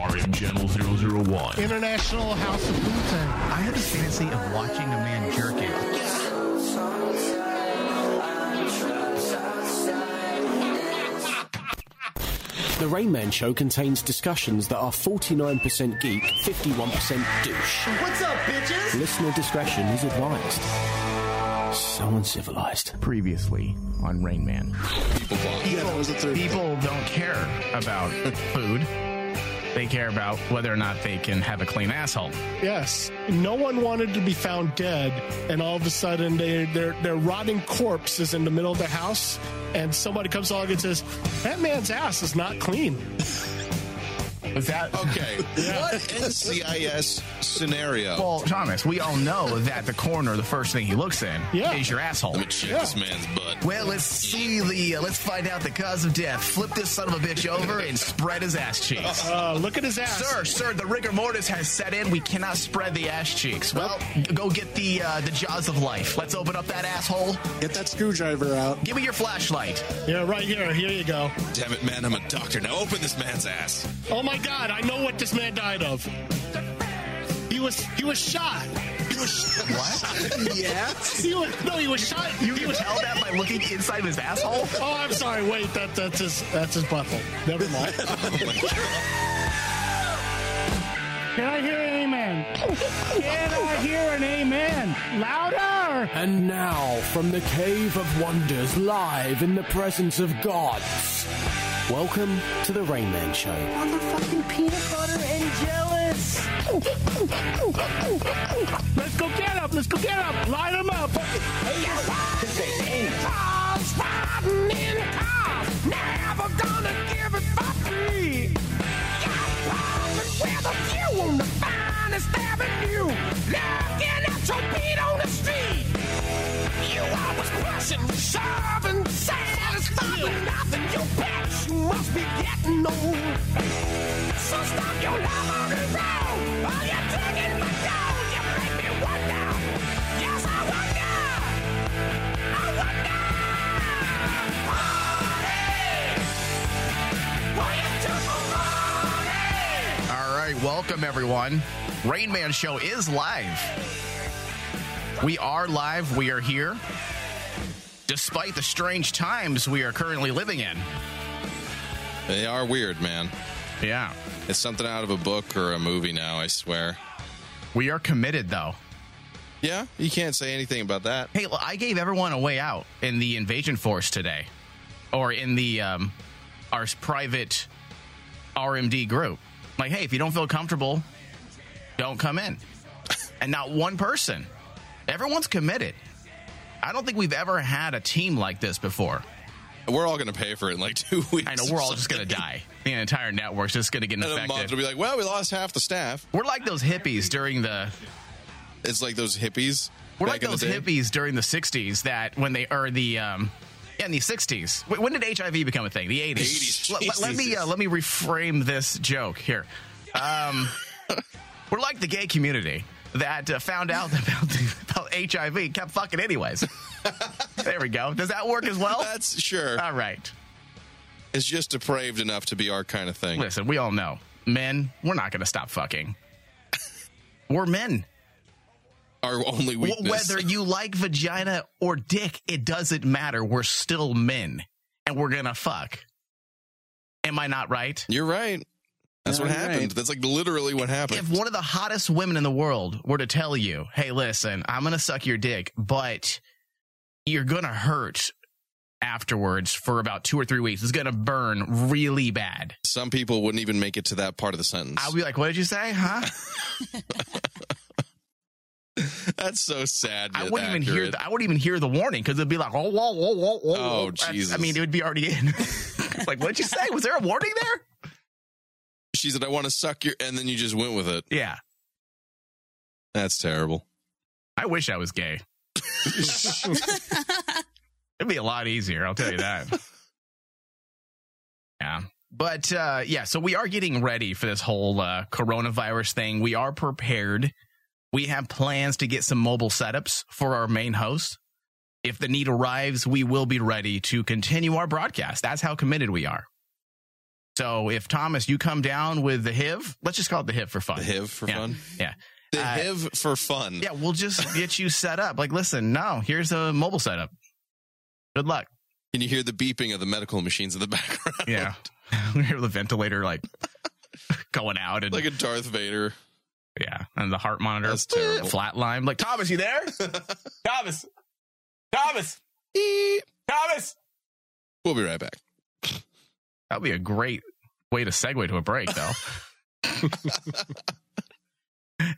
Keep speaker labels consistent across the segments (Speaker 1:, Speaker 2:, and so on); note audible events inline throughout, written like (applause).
Speaker 1: Hour in Channel 001.
Speaker 2: International House of Wu-Tang.
Speaker 3: I have a fancy of watching a man jerk it.
Speaker 4: The Rain Man Show contains discussions that are 49% geek, 51% douche.
Speaker 5: What's up, bitches?
Speaker 4: Listener discretion is advised. So uncivilized.
Speaker 3: Previously on Rain Man. People don't care about food. They care about whether or not they can have a clean asshole.
Speaker 2: Yes. No one wanted to be found dead, and all of a sudden they, their their rotting corpse is in the middle of their house, and somebody comes along and says, "That man's ass is not clean."
Speaker 3: Was that
Speaker 6: Okay. What NCIS scenario?
Speaker 3: Well, Thomas, we all know that the coroner, the first thing he looks in
Speaker 2: Yeah.
Speaker 3: is your asshole.
Speaker 6: Let me check this man's butt.
Speaker 3: Well, let's see the. Uh, let's find out the cause of death. Flip this son of a bitch over and spread his ass cheeks.
Speaker 2: Uh, look at his ass.
Speaker 3: Sir, sir, the rigor mortis has set in. We cannot spread the ass cheeks. Well, go get the uh, the jaws of life. Let's open up that asshole.
Speaker 7: Get that screwdriver out.
Speaker 3: Give me your flashlight.
Speaker 2: Yeah, right here. Here you go.
Speaker 6: Damn it, man! I'm a doctor. Now open this man's ass.
Speaker 2: Oh my God! I know what this man died of. He was he was shot. He was shot. (laughs)
Speaker 7: Yeah.
Speaker 2: He was, no, he was shot.
Speaker 3: You
Speaker 2: he
Speaker 3: can
Speaker 2: was,
Speaker 3: tell that by looking inside of his asshole.
Speaker 2: Oh, I'm sorry. Wait, that that's his that's his buckle. Never
Speaker 3: (laughs)
Speaker 2: mind.
Speaker 3: Oh
Speaker 8: Can I hear an amen? Can I hear an amen? Louder!
Speaker 4: And now, from the Cave of Wonders, live in the presence of gods, welcome to The Rain Man Show.
Speaker 5: Motherfucking peanut butter and jealous.
Speaker 8: Let's go get up! Let's go get up! Line them up! Cops fighting in cars, never gonna give it fuck me. Got problems with a few on the finest avenue, looking at your feet on the street. You always crushing, serving, satisfied with nothing. You bitch, you must be getting old. So stop your love on the road.
Speaker 2: (laughs)
Speaker 8: Are you digging my gold? You make me wonder. Yes, I wonder. I wonder. Party. Will you do for party?
Speaker 3: All right, welcome everyone. Rain Man Show is live. We are live. We are here. Despite the strange times we are currently living in.
Speaker 6: They are weird, man.
Speaker 3: Yeah.
Speaker 6: It's something out of a book or a movie now. I swear.
Speaker 3: We are committed though.
Speaker 6: Yeah, you can't say anything about that.
Speaker 3: Hey, well, I gave everyone a way out in the invasion force today, or in the um, our private RMD group. Like, hey, if you don't feel comfortable, don't
Speaker 6: (laughs)
Speaker 3: come in. And not one person. Everyone's committed. I don't think we've ever had a team like this before.
Speaker 6: We're all gonna pay for it in like two weeks.
Speaker 3: I know we're all just going to die. The entire network's just going to get
Speaker 6: In a month, it'll
Speaker 3: infected.
Speaker 6: be like, well, we lost half the staff.
Speaker 3: We're like those hippies during the
Speaker 6: It's like those hippies.
Speaker 3: We're
Speaker 6: back
Speaker 3: like
Speaker 6: in the
Speaker 3: those
Speaker 6: day.
Speaker 3: hippies during the '60s that when they are the um, yeah, in the '60s. Wh- When did HIV become a thing? The '80s.
Speaker 6: 80s.
Speaker 3: Let- let- let me uh, let me reframe this joke here.
Speaker 6: (laughs)
Speaker 3: Um, we're like the gay community that uh, found out (laughs) about, the, about HIV, kept
Speaker 6: (laughs)
Speaker 3: fucking anyways. there we go. Does that work as well?
Speaker 6: That's sure.
Speaker 3: All right.
Speaker 6: It's just depraved enough to be our kind of thing.
Speaker 3: Listen, we all know men. We're not going to stop fucking. We're men.
Speaker 6: Our only
Speaker 3: Wh-
Speaker 6: weakness.
Speaker 3: Whether you like vagina or dick, it doesn't matter. We're still men and we're going to fuck. Am I not right?
Speaker 6: You're right. That's
Speaker 7: Yeah,
Speaker 6: what
Speaker 7: you're
Speaker 6: happened.
Speaker 7: right.
Speaker 6: That's like literally what happened.
Speaker 3: If one of the hottest women in the world were to tell you, hey, listen, I'm going to suck your dick, but you're going to hurt afterwards for about two or three weeks, it's going to burn really bad.
Speaker 6: Some people wouldn't even make it to that part of the sentence.
Speaker 3: I'll be like, what did you say? Huh?
Speaker 6: (laughs) That's so sad.
Speaker 3: I
Speaker 6: yet
Speaker 3: wouldn't even hear
Speaker 6: accurate.
Speaker 3: the, I wouldn't even hear the warning because it'd be like, oh, whoa, whoa, whoa, whoa.
Speaker 6: Oh,
Speaker 3: whoa." That's- I
Speaker 6: Jesus.
Speaker 3: mean, it would be already in. (laughs) It's like, what'd you say? Was there a warning there?
Speaker 6: She said, "I want to suck your," and then you just went with it.
Speaker 3: Yeah.
Speaker 6: That's terrible.
Speaker 3: I wish I was gay. It'd be a lot easier, I'll tell you that. yeah. But uh, yeah, so we are getting ready for this whole uh, coronavirus thing. We are prepared. We have plans to get some mobile setups for our main host. If the need arrives, we will be ready to continue our broadcast. That's how committed we are. So if Thomas, you come down with the HIV, let's just call it the HIV for fun.
Speaker 7: The HIV for
Speaker 3: Yeah.
Speaker 7: fun?
Speaker 3: Yeah.
Speaker 7: The
Speaker 3: Uh,
Speaker 7: HIV for fun.
Speaker 3: Yeah, we'll just get you set up. Like, listen, no, here's a mobile setup. Good luck.
Speaker 7: Can you hear the beeping of the medical machines in the (laughs) background?
Speaker 3: Yeah. (laughs) we hear the ventilator like (laughs) going out and
Speaker 7: like a Darth Vader.
Speaker 3: yeah, and the heart monitor Eh,
Speaker 7: That's terrible.
Speaker 3: flatline. Like Thomas,
Speaker 7: (laughs)
Speaker 3: you there? Thomas, Thomas,
Speaker 7: Beep.
Speaker 3: Thomas.
Speaker 7: We'll be right back.
Speaker 3: That would be a great way to segue to a break, though.
Speaker 7: (laughs)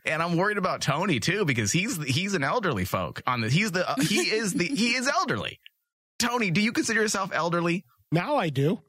Speaker 3: and I'm worried about Tony too because he's he's an elderly folk on the he's the uh,
Speaker 7: (laughs)
Speaker 3: he is the he is elderly. Tony, do you consider yourself elderly?
Speaker 2: Now I do.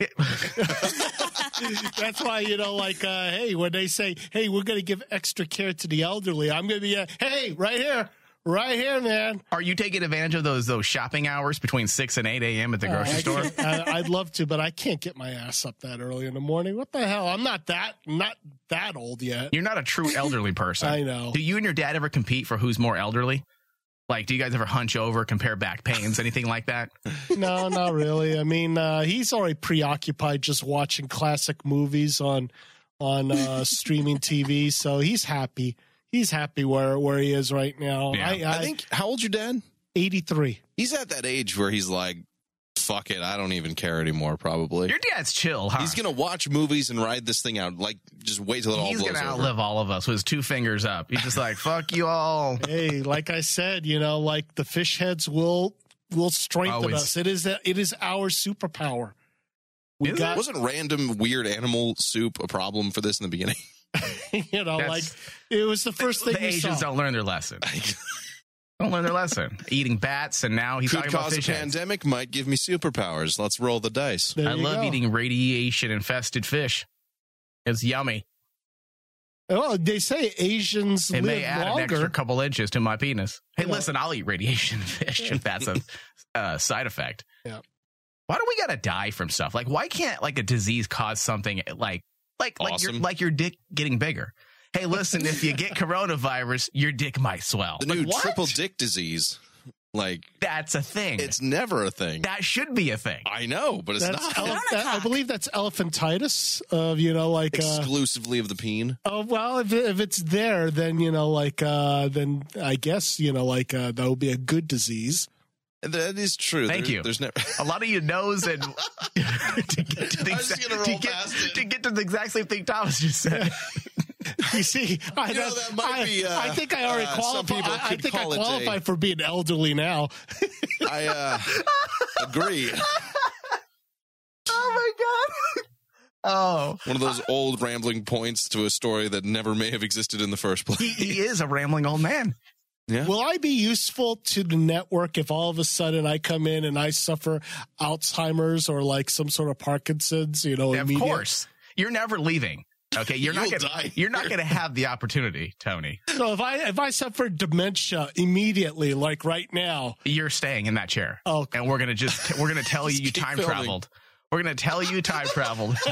Speaker 2: That's why you know, like, uh, hey, when they say, "Hey, we're going to give extra care to the elderly," I'm going to be, uh, "Hey, right here, right here, man."
Speaker 3: Are you taking advantage of those those shopping hours between six and eight a.m. at the grocery
Speaker 2: Oh, Uh, I
Speaker 3: store?
Speaker 2: can't- I, I'd love to, but I can't get my ass up that early in the morning. What the hell? I'm not that not that old yet.
Speaker 3: You're not a true
Speaker 2: (laughs)
Speaker 3: elderly person.
Speaker 2: I know.
Speaker 3: Do you and your dad ever compete for who's more elderly? Like, do you guys ever hunch over, compare back pains, anything like that?
Speaker 2: No, not really. I mean, uh, he's already preoccupied just watching classic movies on on uh, streaming TV, so he's happy. He's happy where where he is right now.
Speaker 3: Yeah.
Speaker 2: I,
Speaker 7: I think how old your dad?
Speaker 2: 83.
Speaker 7: He's at that age where he's like, fuck it, I don't even care anymore, probably.
Speaker 3: Your dad's chill, huh?
Speaker 7: he's gonna watch movies and ride this thing out. Like just wait till it all
Speaker 3: He's
Speaker 7: blows
Speaker 3: gonna
Speaker 7: over.
Speaker 3: outlive all of us with his two fingers up. He's just like, fuck you all.
Speaker 2: Hey, like I said, you know, like the fish heads will will strengthen
Speaker 3: Always.
Speaker 2: us. It is that it is our superpower. (laughs) We
Speaker 3: Is it?
Speaker 2: got
Speaker 7: Wasn't random weird animal soup a problem for this in the beginning?
Speaker 2: you know,
Speaker 3: That's-
Speaker 2: like it was the first thing
Speaker 3: the
Speaker 2: we
Speaker 3: Asians
Speaker 2: saw.
Speaker 3: don't learn
Speaker 7: (laughs)
Speaker 3: their lesson. don't learn their lesson. Eating bats, and now he's
Speaker 7: Could
Speaker 3: talking about
Speaker 7: cause a
Speaker 3: fish heads.
Speaker 7: pandemic, might give me superpowers. Let's roll the dice.
Speaker 2: There
Speaker 3: I
Speaker 2: you
Speaker 3: love
Speaker 2: go.
Speaker 3: eating radiation infested fish. It's yummy.
Speaker 2: Oh, they say Asians
Speaker 3: It may
Speaker 2: live
Speaker 3: add an
Speaker 2: longer.
Speaker 3: extra couple inches to my penis. Hey,
Speaker 2: Yeah.
Speaker 3: listen, I'll eat radiation (laughs) fish if that's a uh, side effect.
Speaker 2: Yeah.
Speaker 3: Why do we gotta die from stuff? Like, why can't like a disease cause something like like like your
Speaker 7: Awesome.
Speaker 3: like your dick getting bigger? Hey, listen, if
Speaker 7: (laughs)
Speaker 3: you get coronavirus, your dick might swell.
Speaker 7: The
Speaker 3: Like,
Speaker 7: new
Speaker 3: what?
Speaker 7: triple dick disease. Like
Speaker 3: That's a thing.
Speaker 7: it's never a thing.
Speaker 3: that should be a thing.
Speaker 7: I know, but it's
Speaker 2: That's uh,
Speaker 7: not.
Speaker 2: ele- that- I believe that's elephantitis of you know like uh,
Speaker 7: Exclusively of the peen.
Speaker 2: oh well if if it's there then you know like uh then I guess you know like uh that would be a good disease.
Speaker 7: That is true.
Speaker 3: Thank
Speaker 7: There-
Speaker 3: you.
Speaker 7: There's never
Speaker 3: A lot of you
Speaker 7: (laughs)
Speaker 3: knows and (laughs) to get to the
Speaker 7: I was just
Speaker 3: exact-
Speaker 7: gonna roll
Speaker 3: to get-
Speaker 7: past it.
Speaker 3: to get to the exact same thing Thomas just
Speaker 7: (laughs)
Speaker 3: said.
Speaker 2: You see, I,
Speaker 7: know,
Speaker 2: that's-
Speaker 7: that might
Speaker 2: I,
Speaker 7: be, uh,
Speaker 2: I think I already
Speaker 7: uh, some
Speaker 2: qualify.
Speaker 7: people
Speaker 2: I, I
Speaker 7: could
Speaker 2: think I
Speaker 7: call it a-
Speaker 2: qualify for being elderly now.
Speaker 7: I
Speaker 3: (laughs)
Speaker 7: uh, agree.
Speaker 3: Oh my god. (laughs) Oh.
Speaker 7: One of those old rambling points to a story that never may have existed in the first
Speaker 3: He,
Speaker 7: place.
Speaker 3: he is a rambling old man.
Speaker 2: Will I be useful to the network if all of a sudden I come in and I suffer Alzheimer's or like some sort of Parkinson's? You know,
Speaker 3: Of
Speaker 2: immediate-
Speaker 3: course. You're never leaving.
Speaker 7: (laughs)
Speaker 3: Okay, you're not
Speaker 7: You'll
Speaker 3: gonna
Speaker 7: die
Speaker 3: you're not gonna have the opportunity, Tony.
Speaker 2: So if I if I suffer dementia immediately, like right now,
Speaker 3: You're staying in that chair.
Speaker 2: Oh.
Speaker 3: And we're gonna just we're
Speaker 7: (laughs)
Speaker 3: gonna tell you you
Speaker 7: keep
Speaker 3: time
Speaker 7: filming.
Speaker 3: traveled. We're gonna tell you
Speaker 7: (laughs)
Speaker 3: time traveled. (laughs)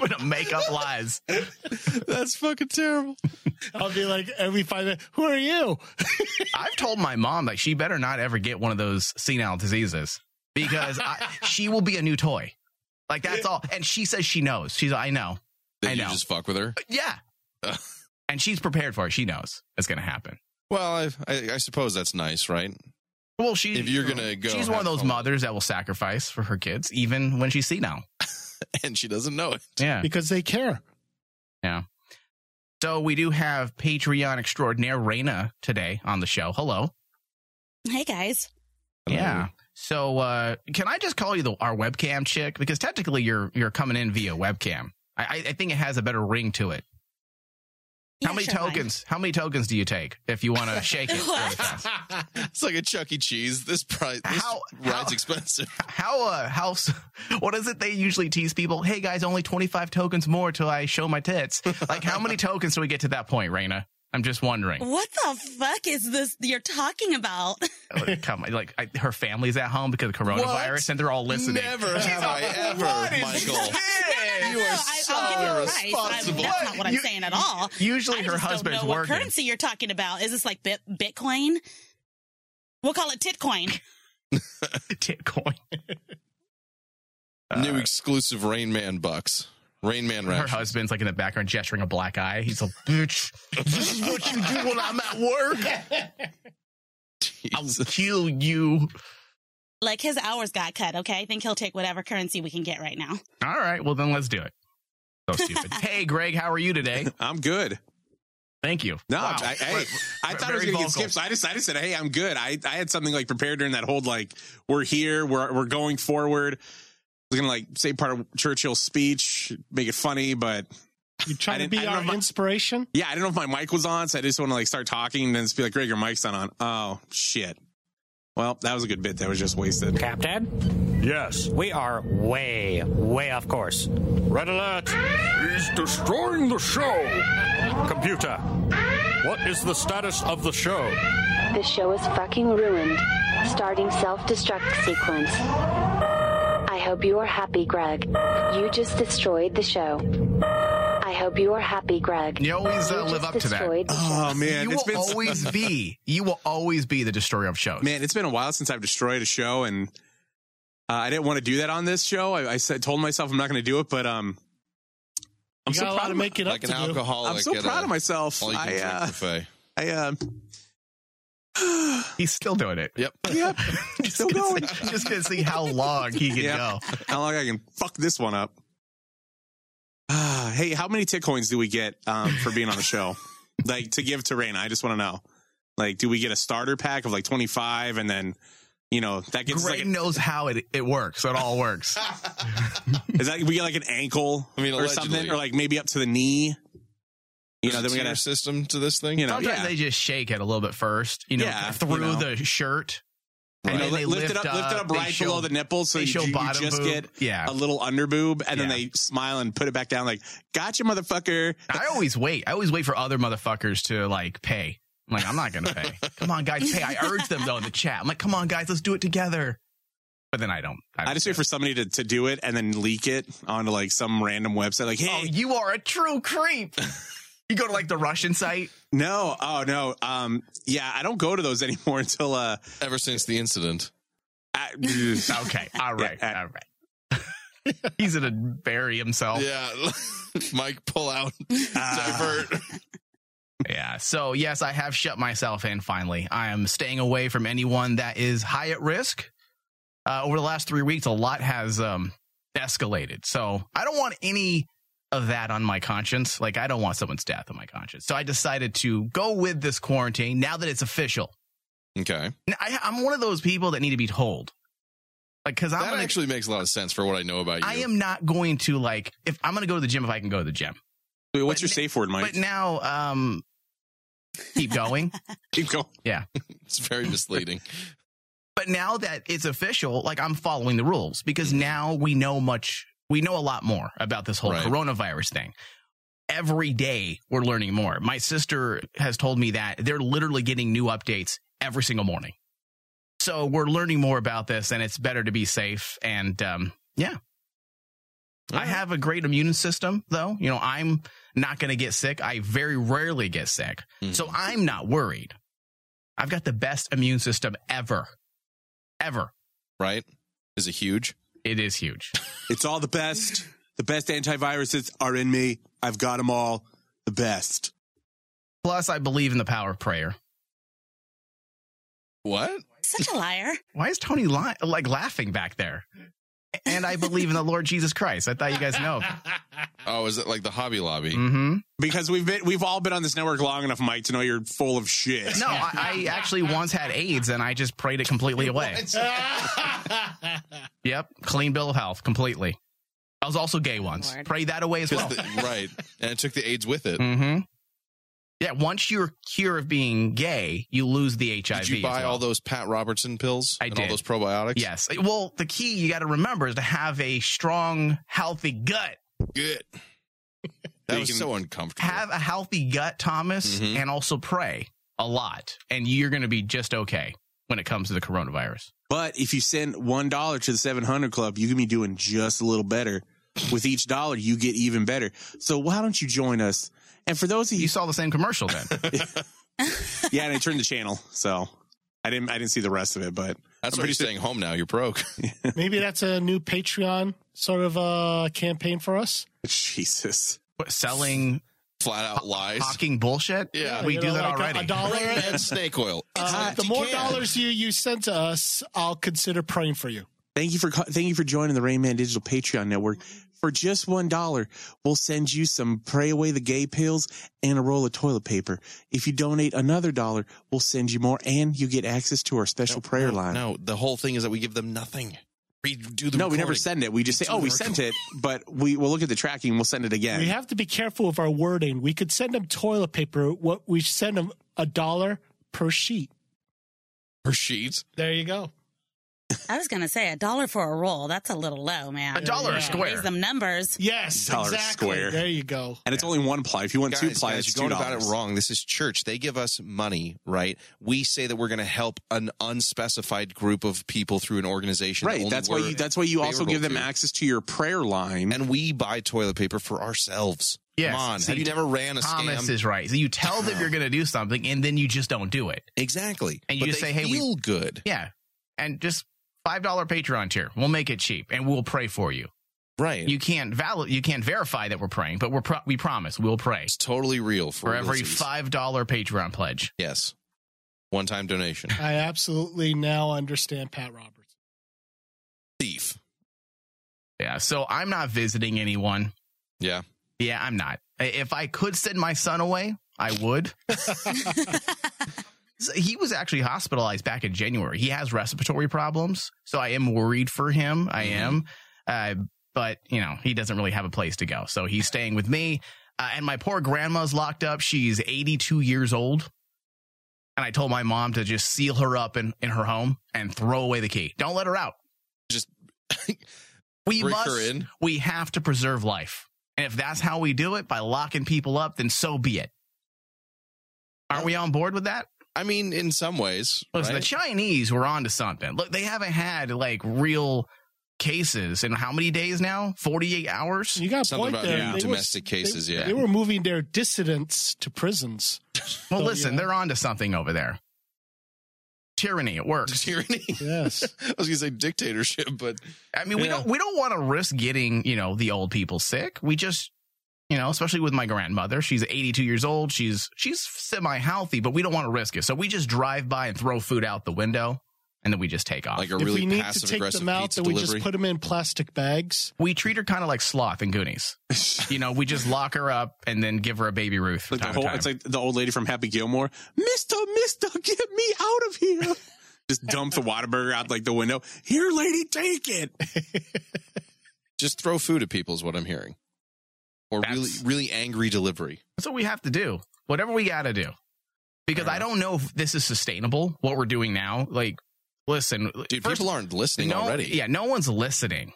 Speaker 3: we're gonna make up lies.
Speaker 2: (laughs)
Speaker 7: That's fucking
Speaker 3: (laughs)
Speaker 7: terrible.
Speaker 2: I'll be like every five minutes, who are you? (laughs)
Speaker 3: I've told my mom like she better not ever get one of those senile diseases
Speaker 7: (laughs)
Speaker 3: because I, she will be a new toy. Like that's all. And she says she knows. She's like, I know. I
Speaker 7: Then you
Speaker 3: know.
Speaker 7: just fuck with her.
Speaker 3: Yeah. (laughs) and she's prepared for it. She knows it's going to happen.
Speaker 7: Well, I, I, I suppose that's nice,
Speaker 3: (laughs)
Speaker 7: right?
Speaker 3: Well, she
Speaker 7: If you're gonna go
Speaker 3: she's one
Speaker 7: have
Speaker 3: of those
Speaker 7: fun.
Speaker 3: mothers that will sacrifice for her kids, even when she's senile.
Speaker 7: (laughs) And she doesn't know it.
Speaker 3: Yeah.
Speaker 2: Because they care.
Speaker 3: So we do have Patreon extraordinaire Raina today on the show. Hello.
Speaker 9: Hey guys.
Speaker 3: Yeah. So uh, can I just call you the our webcam chick because technically you're you're coming in via webcam. I, I- I think it has a better ring to it. How
Speaker 9: Yeah,
Speaker 3: many
Speaker 9: sure, fine.
Speaker 3: tokens? How many tokens do you take if you want to
Speaker 9: (laughs)
Speaker 3: shake it? Really
Speaker 9: What?
Speaker 3: fast?
Speaker 7: It's like a Chuck E. Cheese. This price, this
Speaker 3: How-
Speaker 7: ride's
Speaker 3: how-
Speaker 7: expensive.
Speaker 3: How uh how s- (laughs) what is it they usually tease people? Hey guys, only 25 tokens more till I show my tits. Like
Speaker 7: (laughs)
Speaker 3: how many tokens do we get to that point, Raina? I'm just wondering.
Speaker 9: What the fuck is this you're talking about? (laughs)
Speaker 3: Oh,
Speaker 7: (laughs)
Speaker 3: Come on, like I, her family's at home because of coronavirus
Speaker 7: What?
Speaker 3: and they're all listening.
Speaker 7: Never have I
Speaker 3: What
Speaker 7: ever,
Speaker 3: is
Speaker 7: Michael.
Speaker 9: no,
Speaker 7: You are
Speaker 9: I,
Speaker 7: so
Speaker 9: I'll give you a price. I,
Speaker 7: irresponsible.
Speaker 9: that's not what I'm
Speaker 3: You-
Speaker 9: saying at all.
Speaker 3: Usually
Speaker 9: I
Speaker 3: her
Speaker 9: just
Speaker 3: husband's
Speaker 9: don't know
Speaker 3: working.
Speaker 9: What currency you're talking about? Is this like bit, Bitcoin? We'll call it
Speaker 3: (laughs)
Speaker 9: Titcoin.
Speaker 3: Bitcoin. Uh,
Speaker 7: New exclusive Rain Man bucks.
Speaker 6: Rain Man
Speaker 3: Her
Speaker 6: Rash.
Speaker 3: husband's like in the background gesturing a black eye. He's like, bitch,
Speaker 7: (laughs)
Speaker 3: this is what you do when I'm at work. I'll
Speaker 6: Jesus.
Speaker 3: kill you.
Speaker 9: Like his hours got cut. Okay, I think he'll take whatever currency we can get right now.
Speaker 3: All right, well then let's do it.
Speaker 7: (laughs)
Speaker 3: So stupid. hey, Greg, how are you today?
Speaker 6: I'm good.
Speaker 3: Thank you.
Speaker 6: No,
Speaker 3: Wow.
Speaker 6: I, I,
Speaker 3: We're-
Speaker 6: I thought I was going
Speaker 3: very
Speaker 6: to
Speaker 3: vocal.
Speaker 6: get skipped. So I just, I just said, hey, I'm good. I, I had something like prepared during that whole like, we're here, we're we're going forward. I was going to like say part of Churchill's speech, make it funny, but
Speaker 2: You
Speaker 6: I
Speaker 2: trying to
Speaker 6: didn't-
Speaker 2: be
Speaker 6: I don't
Speaker 2: our
Speaker 6: know if I-
Speaker 3: (laughs)
Speaker 2: inspiration?
Speaker 6: yeah, I do not know if my mic was on, so I just want to like start talking and then just be like, Greg, your mic's not on. Oh shit. Well, that was a good bit that was just wasted.
Speaker 10: Captain,
Speaker 1: Yes.
Speaker 10: we are way, way off course. Red alert!
Speaker 8: He's destroying the show.
Speaker 10: Computer, what is the status of the show?
Speaker 11: This show is fucking ruined. Starting self destruct sequence. I hope you are happy, Greg. You just destroyed the show. I hope you are happy, Greg.
Speaker 3: You always, uh, live
Speaker 11: just
Speaker 3: up to that.
Speaker 11: destroyed the show.
Speaker 6: Oh man,
Speaker 3: you
Speaker 6: it's
Speaker 3: will
Speaker 6: been
Speaker 3: always be. You will always be the destroyer of shows.
Speaker 6: man, it's been a while since I've destroyed a show, and uh, I didn't want to do that on this show. I, I said, told myself I'm not going to do it, but um, I'm
Speaker 2: You
Speaker 6: so
Speaker 2: got a
Speaker 6: proud
Speaker 2: lot to
Speaker 6: of my,
Speaker 2: make it up
Speaker 7: like
Speaker 2: to
Speaker 7: an
Speaker 2: do.
Speaker 7: alcoholic.
Speaker 6: I'm so
Speaker 7: at
Speaker 6: proud
Speaker 7: a
Speaker 6: of myself.
Speaker 7: All you
Speaker 6: I
Speaker 7: can drink
Speaker 6: uh,
Speaker 7: buffet.
Speaker 6: I um,
Speaker 3: He's still doing it.
Speaker 7: Yep.
Speaker 6: (laughs) yep, still going.
Speaker 3: Just- Just gonna see how long he can
Speaker 6: Yeah.
Speaker 3: go.
Speaker 6: How long I can fuck this one up? Ah, hey, how many tick coins do we get um, for being on the
Speaker 3: (laughs)
Speaker 6: show? like to give to Raina? I just want to know. Like, do we get a starter pack of like 25, and then you know that gets us,
Speaker 3: Greg
Speaker 6: like an-
Speaker 3: knows how it, it works. It all works.
Speaker 6: (laughs) Is that we get like an ankle
Speaker 7: I mean,
Speaker 6: or
Speaker 7: allegedly.
Speaker 6: something, or like maybe up to the knee? You
Speaker 7: There's
Speaker 6: know,
Speaker 7: a
Speaker 6: then we
Speaker 7: tier
Speaker 6: gotta,
Speaker 7: system to this thing.
Speaker 6: you know,
Speaker 3: Sometimes
Speaker 6: yeah.
Speaker 3: they just shake it a little bit first, you know,
Speaker 6: Yeah,
Speaker 3: through
Speaker 6: you know.
Speaker 3: the shirt.
Speaker 6: You know,
Speaker 3: then they
Speaker 6: lift, it up, lift it up
Speaker 3: they
Speaker 6: right
Speaker 3: show-
Speaker 6: below the nipple, so
Speaker 3: they
Speaker 6: you,
Speaker 3: show
Speaker 6: you
Speaker 3: bottom
Speaker 6: just
Speaker 3: boob.
Speaker 6: get
Speaker 3: Yeah.
Speaker 6: a little under boob, and then
Speaker 3: Yeah.
Speaker 6: they smile and put it back down, like "Gotcha, motherfucker."
Speaker 3: I always wait. I always wait for other motherfuckers to like pay. I'm like, I'm not gonna pay. come on, guys, pay. I urge them though in the chat. I'm like, come on, guys, let's do it together. But then I don't. I,
Speaker 6: (laughs)
Speaker 3: don't
Speaker 6: I just
Speaker 3: do
Speaker 6: wait for
Speaker 3: it.
Speaker 6: somebody to, to do it and then leak it onto like some random website. Like,
Speaker 3: Oh,
Speaker 6: hey,
Speaker 3: you are a
Speaker 6: (laughs)
Speaker 3: true creep. you go to like the Russian site.
Speaker 6: no, oh no, um, yeah, I don't go to those (laughs) anymore until uh,
Speaker 7: Ever since the incident,
Speaker 6: I, (laughs) yeah,
Speaker 3: Okay. All right.
Speaker 6: Yeah, I-
Speaker 3: all right. He's gonna bury himself.
Speaker 7: yeah, (laughs) Mike pull out,
Speaker 3: Ah,
Speaker 7: divert.
Speaker 3: Yeah. So yes, I have shut myself in finally. I am staying away from anyone that is high at risk. Uh, over the last three weeks, a lot has um, escalated. So I don't want any of that on my conscience. Like I don't want someone's death on my conscience. So I decided to go with this quarantine now that it's official.
Speaker 7: Okay,
Speaker 3: And I, I'm one of those people that need to be told. Like, because I'm
Speaker 7: that
Speaker 3: gonna,
Speaker 7: actually makes a lot of sense for what I know about you.
Speaker 3: I am not going to like if I'm going to go to the gym if I can go to the gym.
Speaker 6: Wait, what's
Speaker 3: But
Speaker 6: your
Speaker 3: n-
Speaker 6: safe word, Mike?
Speaker 3: But now, um, keep going.
Speaker 7: (laughs)
Speaker 6: Keep going.
Speaker 7: It's very misleading.
Speaker 3: (laughs) but now that it's official, like I'm following the rules because now we know much, we know a lot more about this whole
Speaker 7: Right.
Speaker 3: coronavirus thing. Every day we're learning more. My sister has told me that they're literally getting new updates every single morning. So we're learning more about this and it's better to be safe. And um, yeah. I have a great immune system, though. You know, I'm not going to get sick. I very rarely get sick. So I'm not worried. I've got the best immune system ever ever.
Speaker 7: right? Is it huge?
Speaker 3: It is huge. (laughs)
Speaker 6: It's all the best. The best antiviruses are in me. I've got them all. The best.
Speaker 3: Plus, I believe in the power of prayer.
Speaker 7: What?
Speaker 9: Such a liar.
Speaker 3: (laughs) Why is Tony li- like laughing back there? And I believe in the Lord Jesus Christ. I thought you guys
Speaker 7: (laughs)
Speaker 3: know.
Speaker 7: Oh, is it like the Hobby Lobby?
Speaker 3: Mm-hmm.
Speaker 6: Because we've been we've all been on this network long enough, Mike, to know you're full of shit.
Speaker 3: No, I, I actually once had AIDS, and I just prayed
Speaker 7: (laughs)
Speaker 3: it completely away.
Speaker 5: Ah.
Speaker 3: Yep, clean bill of health, completely. I was also gay once.
Speaker 9: Lord.
Speaker 3: Pray that away as
Speaker 7: 'Cause
Speaker 3: well.
Speaker 7: the- right, and it took the AIDS with it.
Speaker 3: Mm-hmm. Yeah, once you're cured of being gay, you lose the HIV.
Speaker 7: Did you
Speaker 3: as
Speaker 7: buy
Speaker 3: well.
Speaker 7: all those Pat Robertson pills
Speaker 3: I
Speaker 7: and all
Speaker 3: did.
Speaker 7: those probiotics?
Speaker 3: Yes. Well, the key you got to remember is to have a strong, healthy gut.
Speaker 7: good. That
Speaker 6: You
Speaker 7: was
Speaker 6: can
Speaker 7: so uncomfortable.
Speaker 3: have a healthy gut, Thomas,
Speaker 7: Mhm.
Speaker 3: and also pray a lot, and you're going to be just okay when it comes to the coronavirus.
Speaker 6: But if you send one dollar to the seven hundred club, you can be doing just a little better. With each dollar, you get even better. So why don't you join us? And for those of
Speaker 3: You
Speaker 6: you,
Speaker 3: saw the same commercial then.
Speaker 6: (laughs) yeah, and I turned the channel, so I didn't I didn't see the rest of it, but
Speaker 7: That's
Speaker 6: I'm pretty
Speaker 7: why you're
Speaker 6: sure-
Speaker 7: staying home now. You're broke. (laughs)
Speaker 2: Maybe that's a new Patreon sort of uh, campaign for us.
Speaker 6: Jesus.
Speaker 3: What, selling
Speaker 7: flat out lies.
Speaker 3: hawking bullshit?
Speaker 7: Yeah.
Speaker 3: we
Speaker 2: You
Speaker 3: do
Speaker 2: know, like
Speaker 3: that
Speaker 2: a-
Speaker 3: already.
Speaker 2: A
Speaker 7: (laughs)
Speaker 2: dollar.
Speaker 7: Red snake oil.
Speaker 2: Uh, the more dollars you, you send to us, I'll consider praying for you.
Speaker 6: Thank you for co- thank you for joining the Rayman Digital Patreon Network. For just one dollar, we'll send you some pray away the gay pills and a roll of toilet paper. If you donate another dollar, we'll send you more, and you get access to our special prayer line.
Speaker 7: No, the whole thing is that we give them nothing. We do the
Speaker 6: No, we never
Speaker 7: recording.
Speaker 6: send it. We just say,
Speaker 7: do
Speaker 6: "Oh,
Speaker 7: the
Speaker 6: we sent it," but we will look at the tracking. We'll send it again.
Speaker 2: We have to be careful of our wording. We could send them toilet paper. What we send them a dollar per sheet.
Speaker 7: her sheets.
Speaker 2: There you go.
Speaker 9: I was gonna say a dollar for a roll. That's a little low, man.
Speaker 3: A dollar a
Speaker 9: Yeah,
Speaker 3: square.
Speaker 9: Raise them numbers.
Speaker 2: Yes,
Speaker 6: Dollar
Speaker 2: exactly.
Speaker 6: square.
Speaker 2: There you go.
Speaker 6: and it's only one ply. If you want
Speaker 7: Guys,
Speaker 6: two ply,
Speaker 7: guys,
Speaker 6: it's
Speaker 7: you're
Speaker 6: two
Speaker 7: going about
Speaker 6: dollars.
Speaker 7: it wrong. This is church. They give us money, right? We say that we're going to help an unspecified group of people through an organization. that
Speaker 6: Right.
Speaker 7: only
Speaker 6: That's why.
Speaker 7: we're
Speaker 6: You, that's why you also
Speaker 7: favorable
Speaker 6: give them
Speaker 7: to.
Speaker 6: access to your prayer line.
Speaker 7: And we buy toilet paper for ourselves.
Speaker 3: Yes.
Speaker 7: Come on.
Speaker 3: See,
Speaker 7: Have you never ran a
Speaker 3: Thomas
Speaker 7: scam?
Speaker 3: is right. So you tell them you're going to do something, and then you just don't do it.
Speaker 7: exactly.
Speaker 3: And
Speaker 7: But
Speaker 3: you just
Speaker 7: they
Speaker 3: say, hey, we-
Speaker 7: feel good.
Speaker 3: Yeah, and just five dollar Patreon tier. We'll make it cheap, and we'll pray for you.
Speaker 7: Right.
Speaker 3: You can't valid, you can't verify that we're praying, but we're pro- we promise we'll pray
Speaker 7: it's totally real for
Speaker 3: for every
Speaker 7: realsies.
Speaker 3: five dollar Patreon pledge.
Speaker 7: Yes. One time
Speaker 3: (laughs)
Speaker 7: donation.
Speaker 2: I absolutely now understand Pat Roberts.
Speaker 7: Thief.
Speaker 3: Yeah, so I'm not visiting anyone.
Speaker 7: Yeah.
Speaker 3: Yeah, I'm not. I- If I could send my son away, I
Speaker 7: (laughs)
Speaker 3: would. So he was actually hospitalized back in January. He has respiratory problems, so I am worried for him. I
Speaker 7: Mm-hmm.
Speaker 3: am, uh, but you know he doesn't really have a place to go, so he's staying with me. Uh, and my poor grandma's locked up. She's 82 years old. And I told my mom to just seal her up in, in her home and throw away the key. Don't let her out.
Speaker 7: Just
Speaker 3: (laughs) we
Speaker 7: brick
Speaker 3: must
Speaker 7: her in.
Speaker 3: we have to preserve life. And if that's how we do it by locking people up, then so be it. Aren't we on board with that?
Speaker 7: I mean, in some ways.
Speaker 3: Listen,
Speaker 7: right?
Speaker 3: the Chinese were onto something. Look, they haven't had like real cases in how many days now? 48 hours?
Speaker 2: You got a
Speaker 7: Something
Speaker 2: point
Speaker 7: about
Speaker 2: there.
Speaker 7: yeah,
Speaker 2: They
Speaker 7: domestic
Speaker 2: were,
Speaker 7: cases,
Speaker 2: they,
Speaker 7: yeah.
Speaker 2: They were moving their dissidents to prisons. So,
Speaker 3: Well, listen,
Speaker 2: yeah.
Speaker 3: they're onto something over there. Tyranny, it works.
Speaker 7: (laughs) tyranny.
Speaker 2: Yes.
Speaker 7: I was going to say dictatorship, but
Speaker 3: I mean, we
Speaker 7: Yeah.
Speaker 3: don't we don't want to risk getting, you know, the old people sick. We just you know, especially with my grandmother, she's 82 years old. She's she's semi healthy, but we don't want to risk it. So we just drive by and throw food out the window, and then we just take off.
Speaker 7: like a
Speaker 2: if
Speaker 7: really
Speaker 2: we need to
Speaker 7: passive
Speaker 2: take
Speaker 7: aggressive
Speaker 2: them out,
Speaker 7: pizza
Speaker 2: then we
Speaker 7: delivery.
Speaker 2: just put them in plastic bags.
Speaker 3: we treat her kind of like Sloth
Speaker 7: (laughs)
Speaker 3: and Goonies. you know, we just lock her up and then give her a baby Ruth from
Speaker 6: Like the
Speaker 3: time
Speaker 6: whole,
Speaker 3: to time.
Speaker 6: it's like the old lady from Happy Gilmore. Mister, Mister, (laughs) get me out of here! Just dump the Whataburger out like the window. Here, lady, take it.
Speaker 7: just throw food at people is what I'm hearing. Or really,
Speaker 3: That's-
Speaker 7: really angry delivery.
Speaker 3: That's what we have to do. Whatever we got to do. Because
Speaker 7: Fair
Speaker 3: I don't know if this is sustainable, what we're doing now. Like, listen,
Speaker 7: Dude,
Speaker 3: first-
Speaker 7: people aren't listening
Speaker 3: no,
Speaker 7: already.
Speaker 3: Yeah, no one's listening.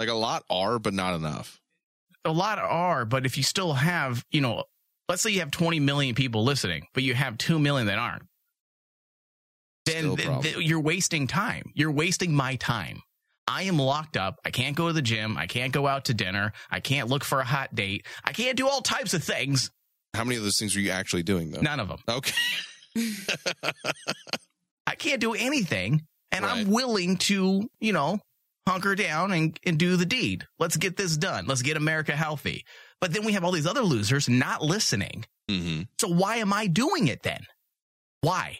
Speaker 7: Like a lot are, but not enough.
Speaker 3: A lot are, but if you still have, you know, let's say you have 20 million people listening, but you have 2 million that aren't, then
Speaker 7: Still a
Speaker 3: th-
Speaker 7: problem.
Speaker 3: th- you're wasting time. You're wasting my time. I am locked up. I can't go to the gym. I can't go out to dinner. I can't look for a hot date. I can't do all types of things.
Speaker 7: How many of those things are you actually doing though?
Speaker 3: None of them.
Speaker 7: Okay.
Speaker 3: I can't do anything, and
Speaker 7: Right.
Speaker 3: I'm willing to, you know, hunker down and, and do the deed. Let's get this done. Let's get America healthy. But then we have all these other losers not listening.
Speaker 2: Mm-hmm.
Speaker 7: hmm
Speaker 3: So why am I doing it then? Why?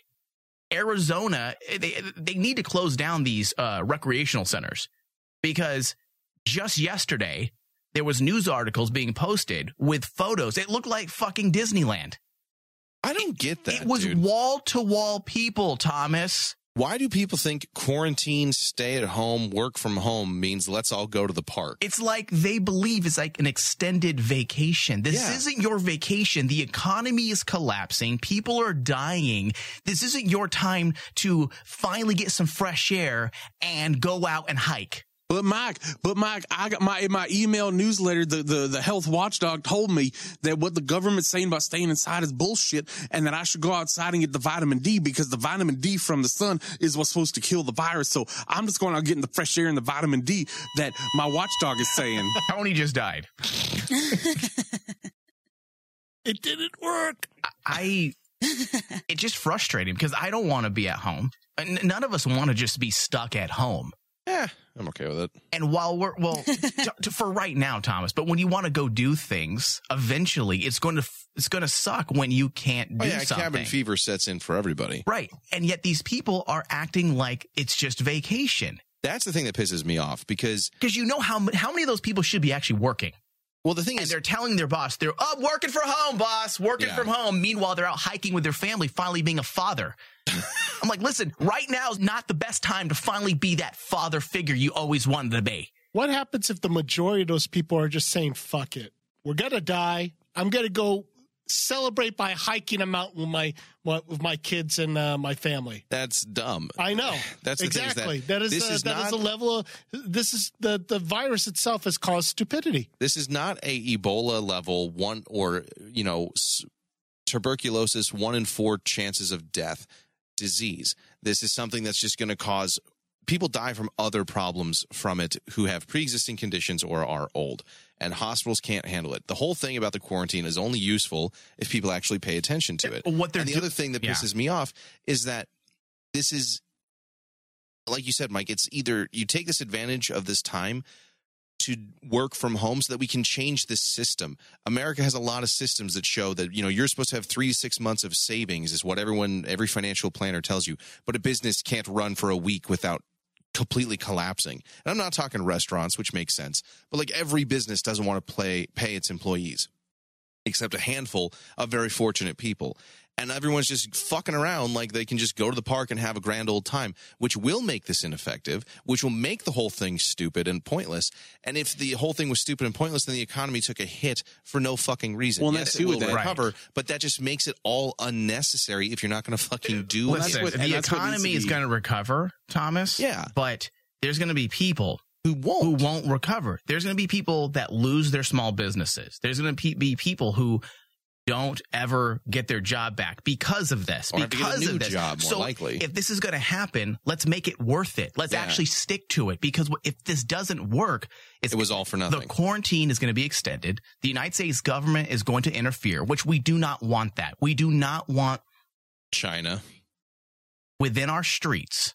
Speaker 3: Arizona, eh, they, they need to close down these uh, recreational centers because just yesterday there was news articles being posted with photos. It looked like fucking Disneyland.
Speaker 7: I don't get that.
Speaker 3: it was
Speaker 7: dude.
Speaker 3: wall to wall people, Thomas.
Speaker 7: Why do people think quarantine, stay at home, work from home means let's all go to the park?
Speaker 3: It's like they believe it's like an extended vacation. This
Speaker 7: Yeah.
Speaker 3: isn't your vacation. The economy is collapsing. People are dying. This isn't your time to finally get some fresh air and go out and hike.
Speaker 6: But Mike, but Mike, I got my in my email newsletter. The, the the health watchdog told me that what the government's saying about staying inside is bullshit, and that I should go outside and get the vitamin D because the vitamin D from the sun is what's supposed to kill the virus. So I'm just going out getting the fresh air and the vitamin D that my watchdog is saying.
Speaker 3: (laughs) Tony just died.
Speaker 2: It didn't work.
Speaker 3: I it just frustrated me because I don't want to be at home. And None of us want to just be stuck at home.
Speaker 7: Yeah. I'm okay with it.
Speaker 3: And while we're well t- t- for right now, Thomas, but when you want to go do things, eventually it's going to f- it's going to suck when you can't do
Speaker 7: Oh, yeah,
Speaker 3: something.
Speaker 7: cabin fever sets in for everybody.
Speaker 3: Right. And yet these people are acting like it's just vacation
Speaker 7: That's the thing that pisses me off because
Speaker 3: because you know how m- how many of those people should be actually working.
Speaker 7: Well, the thing
Speaker 3: and they're telling their boss they're up working from home, boss, working
Speaker 7: Yeah.
Speaker 3: from home. Meanwhile, they're out hiking with their family, finally being
Speaker 7: (laughs)
Speaker 3: a father. I'm like, listen, right now is not the best time to finally be that father figure you always wanted to be.
Speaker 2: What happens if the majority of those people are just saying, fuck it? We're going to die. I'm going to go celebrate by hiking a mountain with my, with my kids and uh, my family.
Speaker 7: that's dumb.
Speaker 2: I know.
Speaker 7: (sighs) That's the thing is that
Speaker 2: exactly. that is,
Speaker 7: this
Speaker 2: a,
Speaker 7: is
Speaker 2: that is
Speaker 7: not-
Speaker 2: a level of this is the the virus itself has caused stupidity.
Speaker 7: This is not a Ebola level one or you know s- tuberculosis one in four chances of death disease. This is something that's just going to cause people die from other problems from it who have pre-existing conditions or are old and hospitals can't handle it the whole thing about the quarantine is only useful if people actually pay attention to it
Speaker 3: What they're
Speaker 7: and the
Speaker 3: do-
Speaker 7: other thing that
Speaker 3: Yeah.
Speaker 7: pisses me off is that this is like you said mike it's either you take this advantage of this time to work from home so that we can change this system america has a lot of systems that show that you know you're supposed to have three to six months of savings is what everyone every financial planner tells you but a business can't run for a week without completely collapsing and i'm not talking restaurants which makes sense but like every business doesn't want to play, pay its employees except a handful of very fortunate people. And everyone's just fucking around like they can just go to the park and have a grand old time, which will make this ineffective, which will make the whole thing stupid and pointless. And if the whole thing was stupid and pointless, then the economy took a hit for no fucking reason.
Speaker 6: Well, and
Speaker 7: yes,
Speaker 6: that's
Speaker 7: it
Speaker 6: too
Speaker 7: will
Speaker 6: with that-
Speaker 7: recover, but that just makes it all unnecessary if you're not going to fucking do
Speaker 3: Well,
Speaker 7: it.
Speaker 3: listen, the economy is going to recover, Thomas.
Speaker 7: Yeah.
Speaker 3: But there's going to be people
Speaker 7: who won't
Speaker 3: who won't recover. There's going to be people that lose their small businesses. There's going to be people who don't ever get their job back because of this.
Speaker 7: Or have to get a
Speaker 3: because
Speaker 7: new
Speaker 3: of this.
Speaker 7: job, more
Speaker 3: so
Speaker 7: likely.
Speaker 3: if this is going to happen, let's make it worth it. Let's
Speaker 7: Yeah.
Speaker 3: actually stick to it because if this doesn't work, it's
Speaker 7: It was all for nothing.
Speaker 3: the quarantine is going to be extended. The United States government is going to interfere, which we do not want that. We do not want
Speaker 7: China.
Speaker 3: within our streets.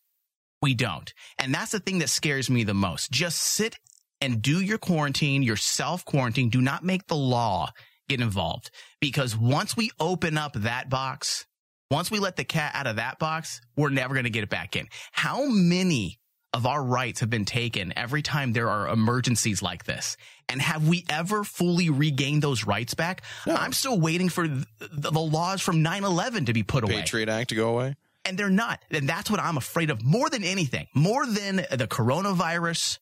Speaker 3: We don't. And that's the thing that scares me the most. Just sit and do your quarantine, your self quarantine. Do not make the law get involved because once we open up that box, once we let the cat out of that box, we're never going to get it back in. How many of our rights have been taken every time there are emergencies like this? And have we ever fully regained those rights back? I'm still waiting for th- the, the laws from 9 11 to be put away
Speaker 7: Patriot Act to go away.
Speaker 3: and they're not. And that's what I'm afraid of more than anything, more than the coronavirus,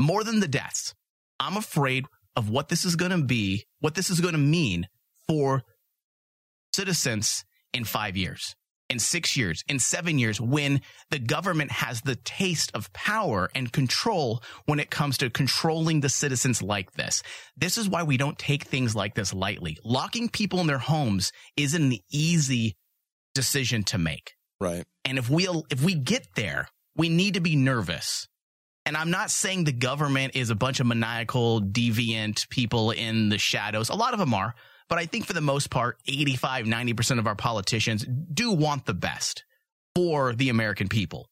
Speaker 3: more than the deaths. I'm afraid of what this is going to be, what this is going to mean for citizens in five years, in six years, in seven years, when the government has the taste of power and control when it comes to controlling the citizens like this. This is why we don't take things like this lightly. Locking people in their homes isn't an easy decision to make.
Speaker 7: Right.
Speaker 3: And if we if we get there, we need to be nervous. And I'm not saying the government is a bunch of maniacal, deviant people in the shadows. A lot of them are, but I think for the most part, 85, 90% of our politicians do want the best for the American people.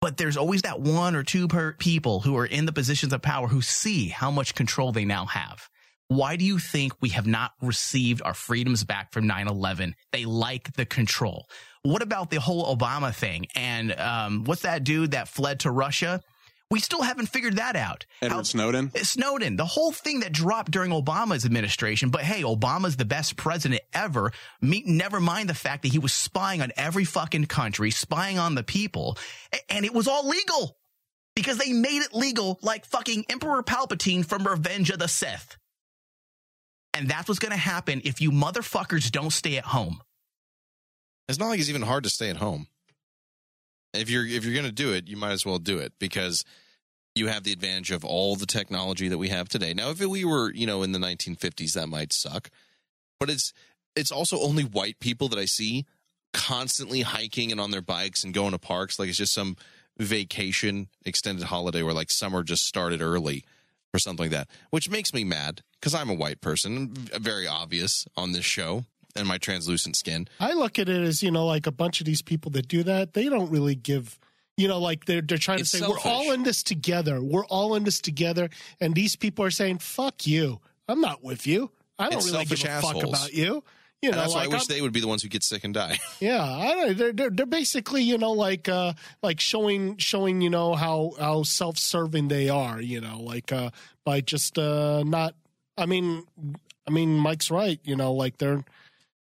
Speaker 3: But there's always that one or two per people who are in the positions of power who see how much control they now have. Why do you think we have not received our freedoms back from 9 11? They like the control. What about the whole Obama thing? And um, what's that dude that fled to Russia? We still haven't figured that out.
Speaker 6: Edward
Speaker 3: How- Uh,
Speaker 6: Snowden.
Speaker 3: Snowden, the whole thing that dropped during Obama's administration. But hey, Obama's the best president ever. Me, never mind the fact that he was spying on every fucking country, spying on the people, a- and it was all legal because they made it legal, like fucking Emperor Palpatine from Revenge of the Sith. And that's what's going to happen if you motherfuckers don't stay at home.
Speaker 7: It's not like it's even hard to stay at home. If you're if you're going to do it, you might as well do it because you have the advantage of all the technology that we have today. Now, if we were, you know, in the 1950s, that might suck. But it's it's also only white people that I see constantly hiking and on their bikes and going to parks like it's just some vacation, extended holiday where like summer just started early or something like that, which makes me mad because I'm a white person, very obvious on this show and my translucent skin.
Speaker 2: I look at it as you know, like a bunch of these people that do that, they don't really give You know, like they're they're trying
Speaker 12: It's
Speaker 2: to say
Speaker 12: selfish.
Speaker 2: we're all in this together. We're all in this together, and these people are saying, "Fuck you! I'm not with you. I don't
Speaker 7: It's
Speaker 2: really give
Speaker 7: selfish
Speaker 2: a fuck
Speaker 7: assholes.
Speaker 2: about you." You
Speaker 7: And
Speaker 2: know,
Speaker 7: that's
Speaker 2: like
Speaker 7: why I wish
Speaker 2: I'm-
Speaker 7: they would be the ones who get sick and die. (laughs)
Speaker 2: yeah, I don't. They're, they're they're basically you know like uh like showing showing you know how how self serving they are. You know, like uh by just uh not. I mean, I mean Mike's right. You know, like they're.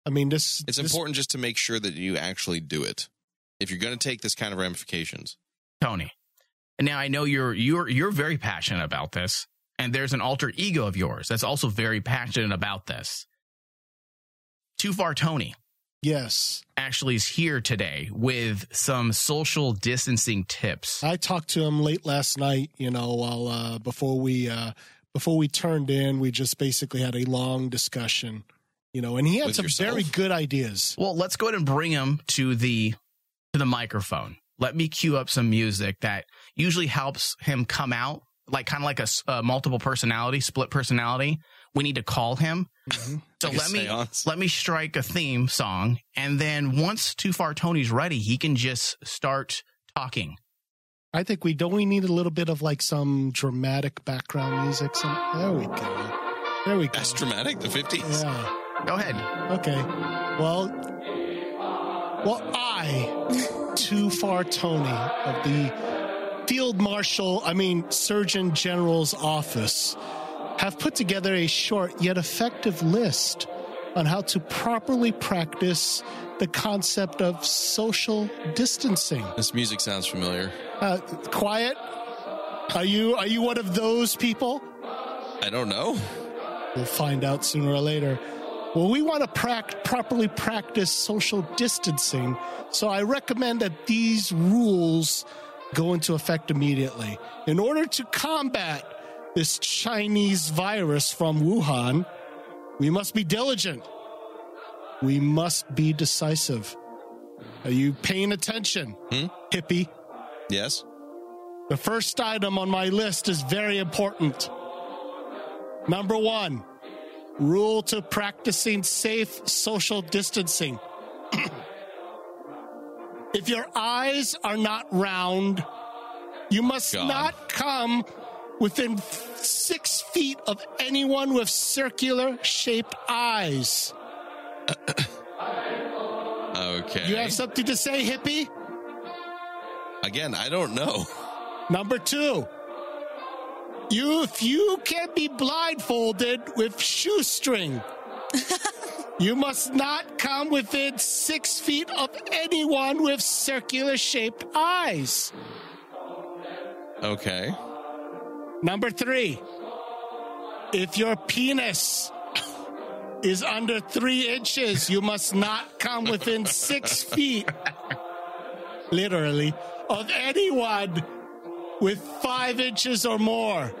Speaker 2: I mean this.
Speaker 7: It's
Speaker 2: this-
Speaker 7: important just to make sure that you actually do it. If you're going to take this kind of ramifications,
Speaker 3: Tony. Now I know you're you're you're very passionate about this, and there's an alter ego of yours that's also very passionate about this. Too far, Tony.
Speaker 2: Yes,
Speaker 3: actually is here today with some social distancing tips.
Speaker 2: I talked to him late last night. You know, while uh before we uh before we turned in, we just basically had a long discussion. You know, and he had
Speaker 3: With
Speaker 2: some
Speaker 3: yourself?
Speaker 2: very good ideas.
Speaker 3: Well, let's go ahead and bring him to the to the microphone. Let me cue up some music that usually helps him come out, like kind of like a, s- a multiple personality, split personality. We need to call him. So
Speaker 7: Like a
Speaker 3: let me
Speaker 7: seance.
Speaker 3: let me strike a theme song, and then once Too Far Tony's ready, he can just start talking.
Speaker 2: I think we don't we need a little bit of like some dramatic background music. Some there we go. There we go.
Speaker 7: that's dramatic. The 50s.
Speaker 2: Yeah.
Speaker 3: Go ahead.
Speaker 2: Okay. Well Well I too far Tony of the Field Marshal I mean Surgeon General's office have put together a short yet effective list on how to properly practice the concept of social distancing.
Speaker 7: This music sounds familiar.
Speaker 2: Uh, quiet. Are you are you one of those people?
Speaker 7: I don't know.
Speaker 2: We'll find out sooner or later. Well, we want to prac- properly practice social distancing, so I recommend that these rules go into effect immediately. In order to combat this Chinese virus from Wuhan, we must be diligent. We must be decisive. Are you paying attention, hippie?
Speaker 7: Yes.
Speaker 2: The first item on my list is very important. Number one, rule to practicing safe social distancing. (clears throat) if your eyes are not round, you must
Speaker 8: God.
Speaker 2: not come within f- six feet of anyone with circular shaped eyes.
Speaker 7: Okay.
Speaker 2: You have something to say, hippie?
Speaker 7: Again, I don't know.
Speaker 2: Number two, you if you can be blindfolded with shoestring, you must not come within six feet of anyone with circular shaped eyes.
Speaker 7: Okay.
Speaker 2: Number three, if your penis is under three inches, you must not come within six feet, literally, of anyone with five inches or more.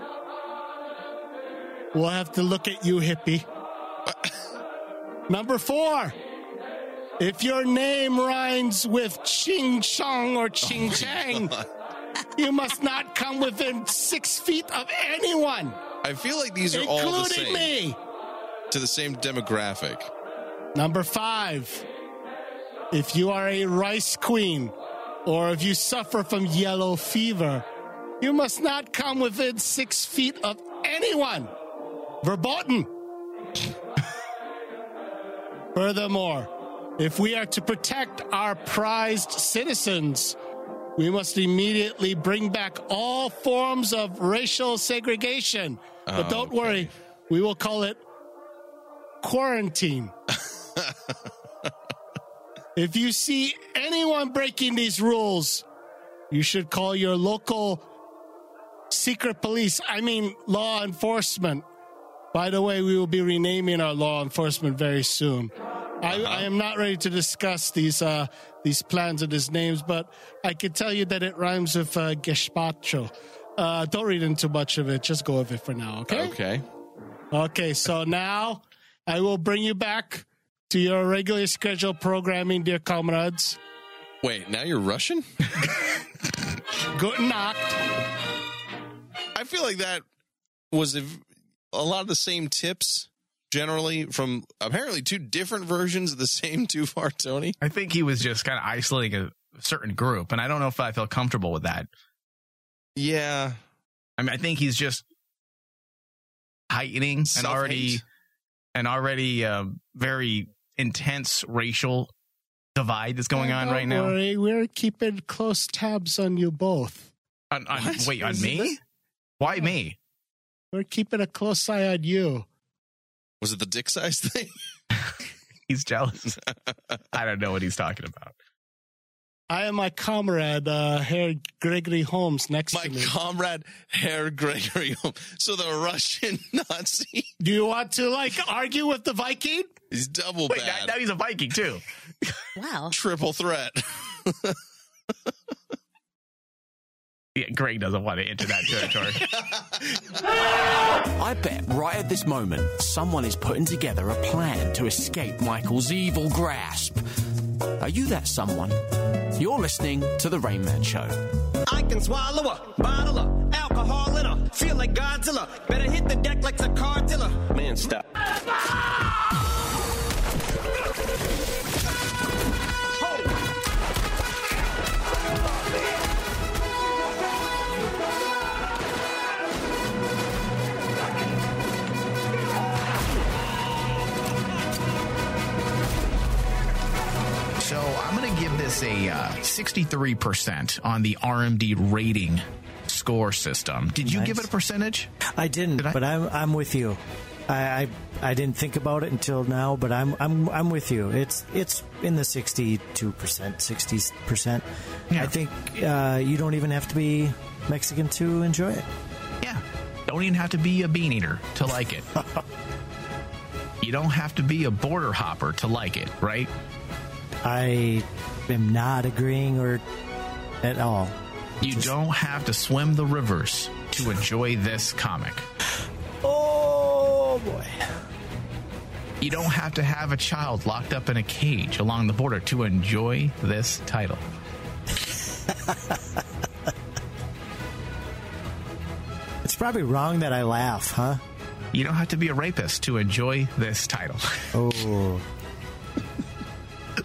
Speaker 2: We'll have to look at you, hippie. Number four, if your name rhymes with Ching Chong or Ching Chang, you must not come within six feet of anyone.
Speaker 7: I feel like these are all the
Speaker 2: including
Speaker 7: same.
Speaker 2: me.
Speaker 7: To the same demographic.
Speaker 2: Number five, if you are a rice queen or if you suffer from yellow fever, you must not come within six feet of anyone. Verboten. (laughs) Furthermore, if we are to protect our prized citizens, we must immediately bring back all forms of racial segregation.
Speaker 8: Oh,
Speaker 2: but don't worry, we will call it quarantine. if you see anyone breaking these rules, you should call your local secret police, I mean, law enforcement. By the way, we will be renaming our law enforcement very soon. I, I am not ready to discuss these uh, these plans and these names, but I can tell you that it rhymes with uh, gazpacho. Uh, don't read into much of it. Just go with it for now, okay?
Speaker 7: Okay.
Speaker 2: Okay, so now I will bring you back to your regularly scheduled programming, dear
Speaker 7: (laughs)
Speaker 2: comrades.
Speaker 7: Wait, now you're Russian?
Speaker 2: Guten Nacht.
Speaker 7: I feel like that was a, v- a lot of the same tips generally from apparently two (laughs) different versions of the same too far Tony.
Speaker 3: I think he was just kind of isolating certain group, and I don't know if I feel comfortable with that.
Speaker 7: Yeah,
Speaker 3: I mean, I think he's just heightening an
Speaker 7: Self-hate.
Speaker 3: already an already uh, very intense racial divide that's going on
Speaker 2: Don't
Speaker 3: right now.
Speaker 2: worry, We're keeping close tabs on you both.
Speaker 3: On, on,
Speaker 2: What?
Speaker 3: wait, on
Speaker 2: Is
Speaker 3: me?
Speaker 2: it?
Speaker 3: Why me?
Speaker 2: We're keeping a close eye on you.
Speaker 7: Was it the dick size thing? (laughs)
Speaker 3: He's jealous. I don't know what he's talking about.
Speaker 2: I and my comrade, uh, Herr Gregory Holmes, next
Speaker 7: My
Speaker 2: to me.
Speaker 7: comrade, Herr Gregory. So the Russian (laughs) Nazi
Speaker 2: Do you want to like argue with the Viking?
Speaker 7: is double
Speaker 3: Wait, now,
Speaker 7: bad.
Speaker 3: now he's a
Speaker 7: (laughs)
Speaker 3: Viking too.
Speaker 9: Wow.
Speaker 7: Triple threat. (laughs)
Speaker 3: Yeah, Greg doesn't want to enter that
Speaker 2: (laughs)
Speaker 3: territory.
Speaker 4: I bet right at this moment someone is putting together a plan to escape Michael's evil grasp. Are you that someone? You're listening to The Rain Man Show.
Speaker 5: I can swallow a bottle of alcohol in her. Feel like Godzilla. Better hit the deck like a car dealer. Man, stop.
Speaker 3: So I'm going to give this a uh, 63% on the RMD rating score system. Did you give it a percentage?
Speaker 12: I didn't, but I'm I'm with you. I, I I didn't think about it until now, but I'm I'm I'm with you. It's it's in the sixty two percent, sixty percent. I think uh, you don't even have to be Mexican to enjoy it.
Speaker 3: Yeah. Don't even have to be a bean eater to like
Speaker 2: (laughs)
Speaker 3: it. you don't have to be a border hopper to like it, right?
Speaker 12: I am not agreeing or at all.
Speaker 3: You don't have to swim the rivers to enjoy this comic.
Speaker 12: Oh boy.
Speaker 3: You don't have to have a child locked up in a cage along the border to enjoy this
Speaker 12: (laughs)
Speaker 3: title.
Speaker 12: It's probably wrong that I laugh, huh?
Speaker 3: You don't have to be a rapist to enjoy this title.
Speaker 12: Oh.
Speaker 3: (laughs)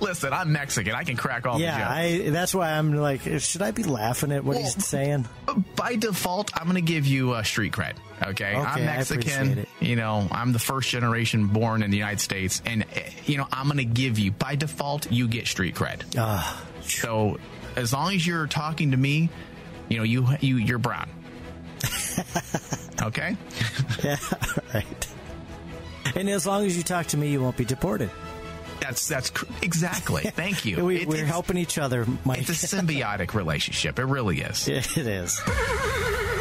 Speaker 3: Listen, I'm Mexican. I can crack all the
Speaker 12: yeah,
Speaker 3: jokes.
Speaker 12: I that's why I'm like should I be laughing at what he's saying?
Speaker 3: by default, I'm going to give you uh, street cred. Okay,
Speaker 12: Okay,
Speaker 3: I'm
Speaker 12: I appreciate
Speaker 3: Mexican.
Speaker 12: it.
Speaker 3: You know, I'm the first generation born in the United States, and eh, you know, I'm going to give you by default. You get street cred.
Speaker 12: Ah.
Speaker 3: so as long as you're talking to me, you know, you you you're
Speaker 12: (laughs)
Speaker 3: brown. okay.
Speaker 12: Yeah, right. And as long as you talk to me, you won't be deported.
Speaker 3: That's that's cr- exactly.
Speaker 12: (laughs)
Speaker 3: Thank you.
Speaker 12: We,
Speaker 3: It-
Speaker 12: we're
Speaker 3: it's-
Speaker 12: helping each other, Mike.
Speaker 3: It's a symbiotic relationship. It really is.
Speaker 12: (laughs) It is.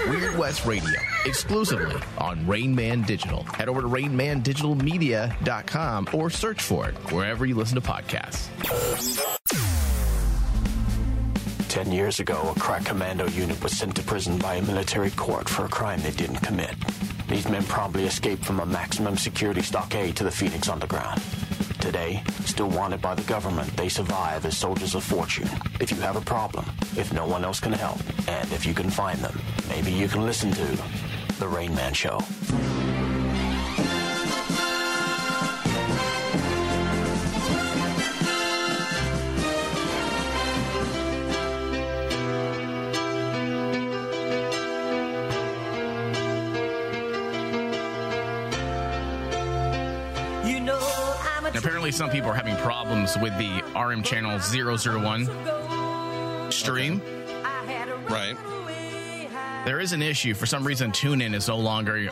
Speaker 13: Weird West Radio, exclusively on Rainman Digital. Head over to rainmandigitalmedia.com or search for it wherever you listen to podcasts.
Speaker 14: Ten years ago, a crack commando unit was sent to prison by a military court for a crime they didn't commit. These men promptly escaped from a maximum security stockade to the Phoenix Underground. Today, still wanted by the government, they survive as soldiers of fortune. If you have a problem, if no one else can help, and if you can find them, maybe you can listen to The Rain Man Show.
Speaker 5: You know I'm a
Speaker 3: And apparently, some people are having problems with the RM Channel 001 stream.
Speaker 7: Right.
Speaker 3: There is an issue. For some reason, TuneIn is no longer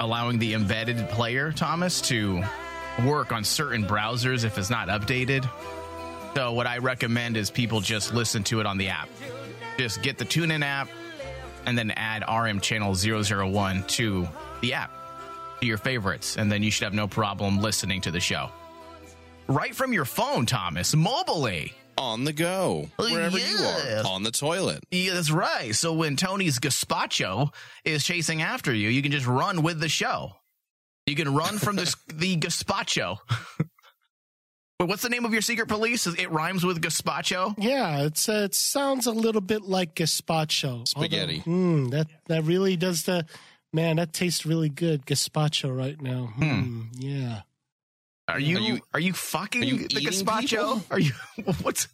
Speaker 3: allowing the embedded player, Thomas, to work on certain browsers if it's not updated. So, what I recommend is people just listen to it on the app. Just get the TuneIn app and then add RM Channel 001 to the app, to your favorites, and then you should have no problem listening to the show. Right from your phone, Thomas, mobily.
Speaker 7: On the go, wherever you are, on the toilet.
Speaker 3: Yeah, that's right. So when Tony's gazpacho is chasing after you, you can just run with the show. You can run
Speaker 7: (laughs)
Speaker 3: from the the gazpacho. Wait, what's the name of your secret police? It rhymes with gazpacho.
Speaker 2: Yeah, it's uh, it sounds a little bit like gazpacho.
Speaker 3: Spaghetti.
Speaker 2: Although, Mm, that that really does the man. That tastes really good, gazpacho right now.
Speaker 3: Hmm.
Speaker 2: Mm, yeah.
Speaker 3: Are you are you, fucking
Speaker 2: you
Speaker 3: the
Speaker 2: eating
Speaker 3: gazpacho?
Speaker 2: people?
Speaker 3: Are you (laughs) what's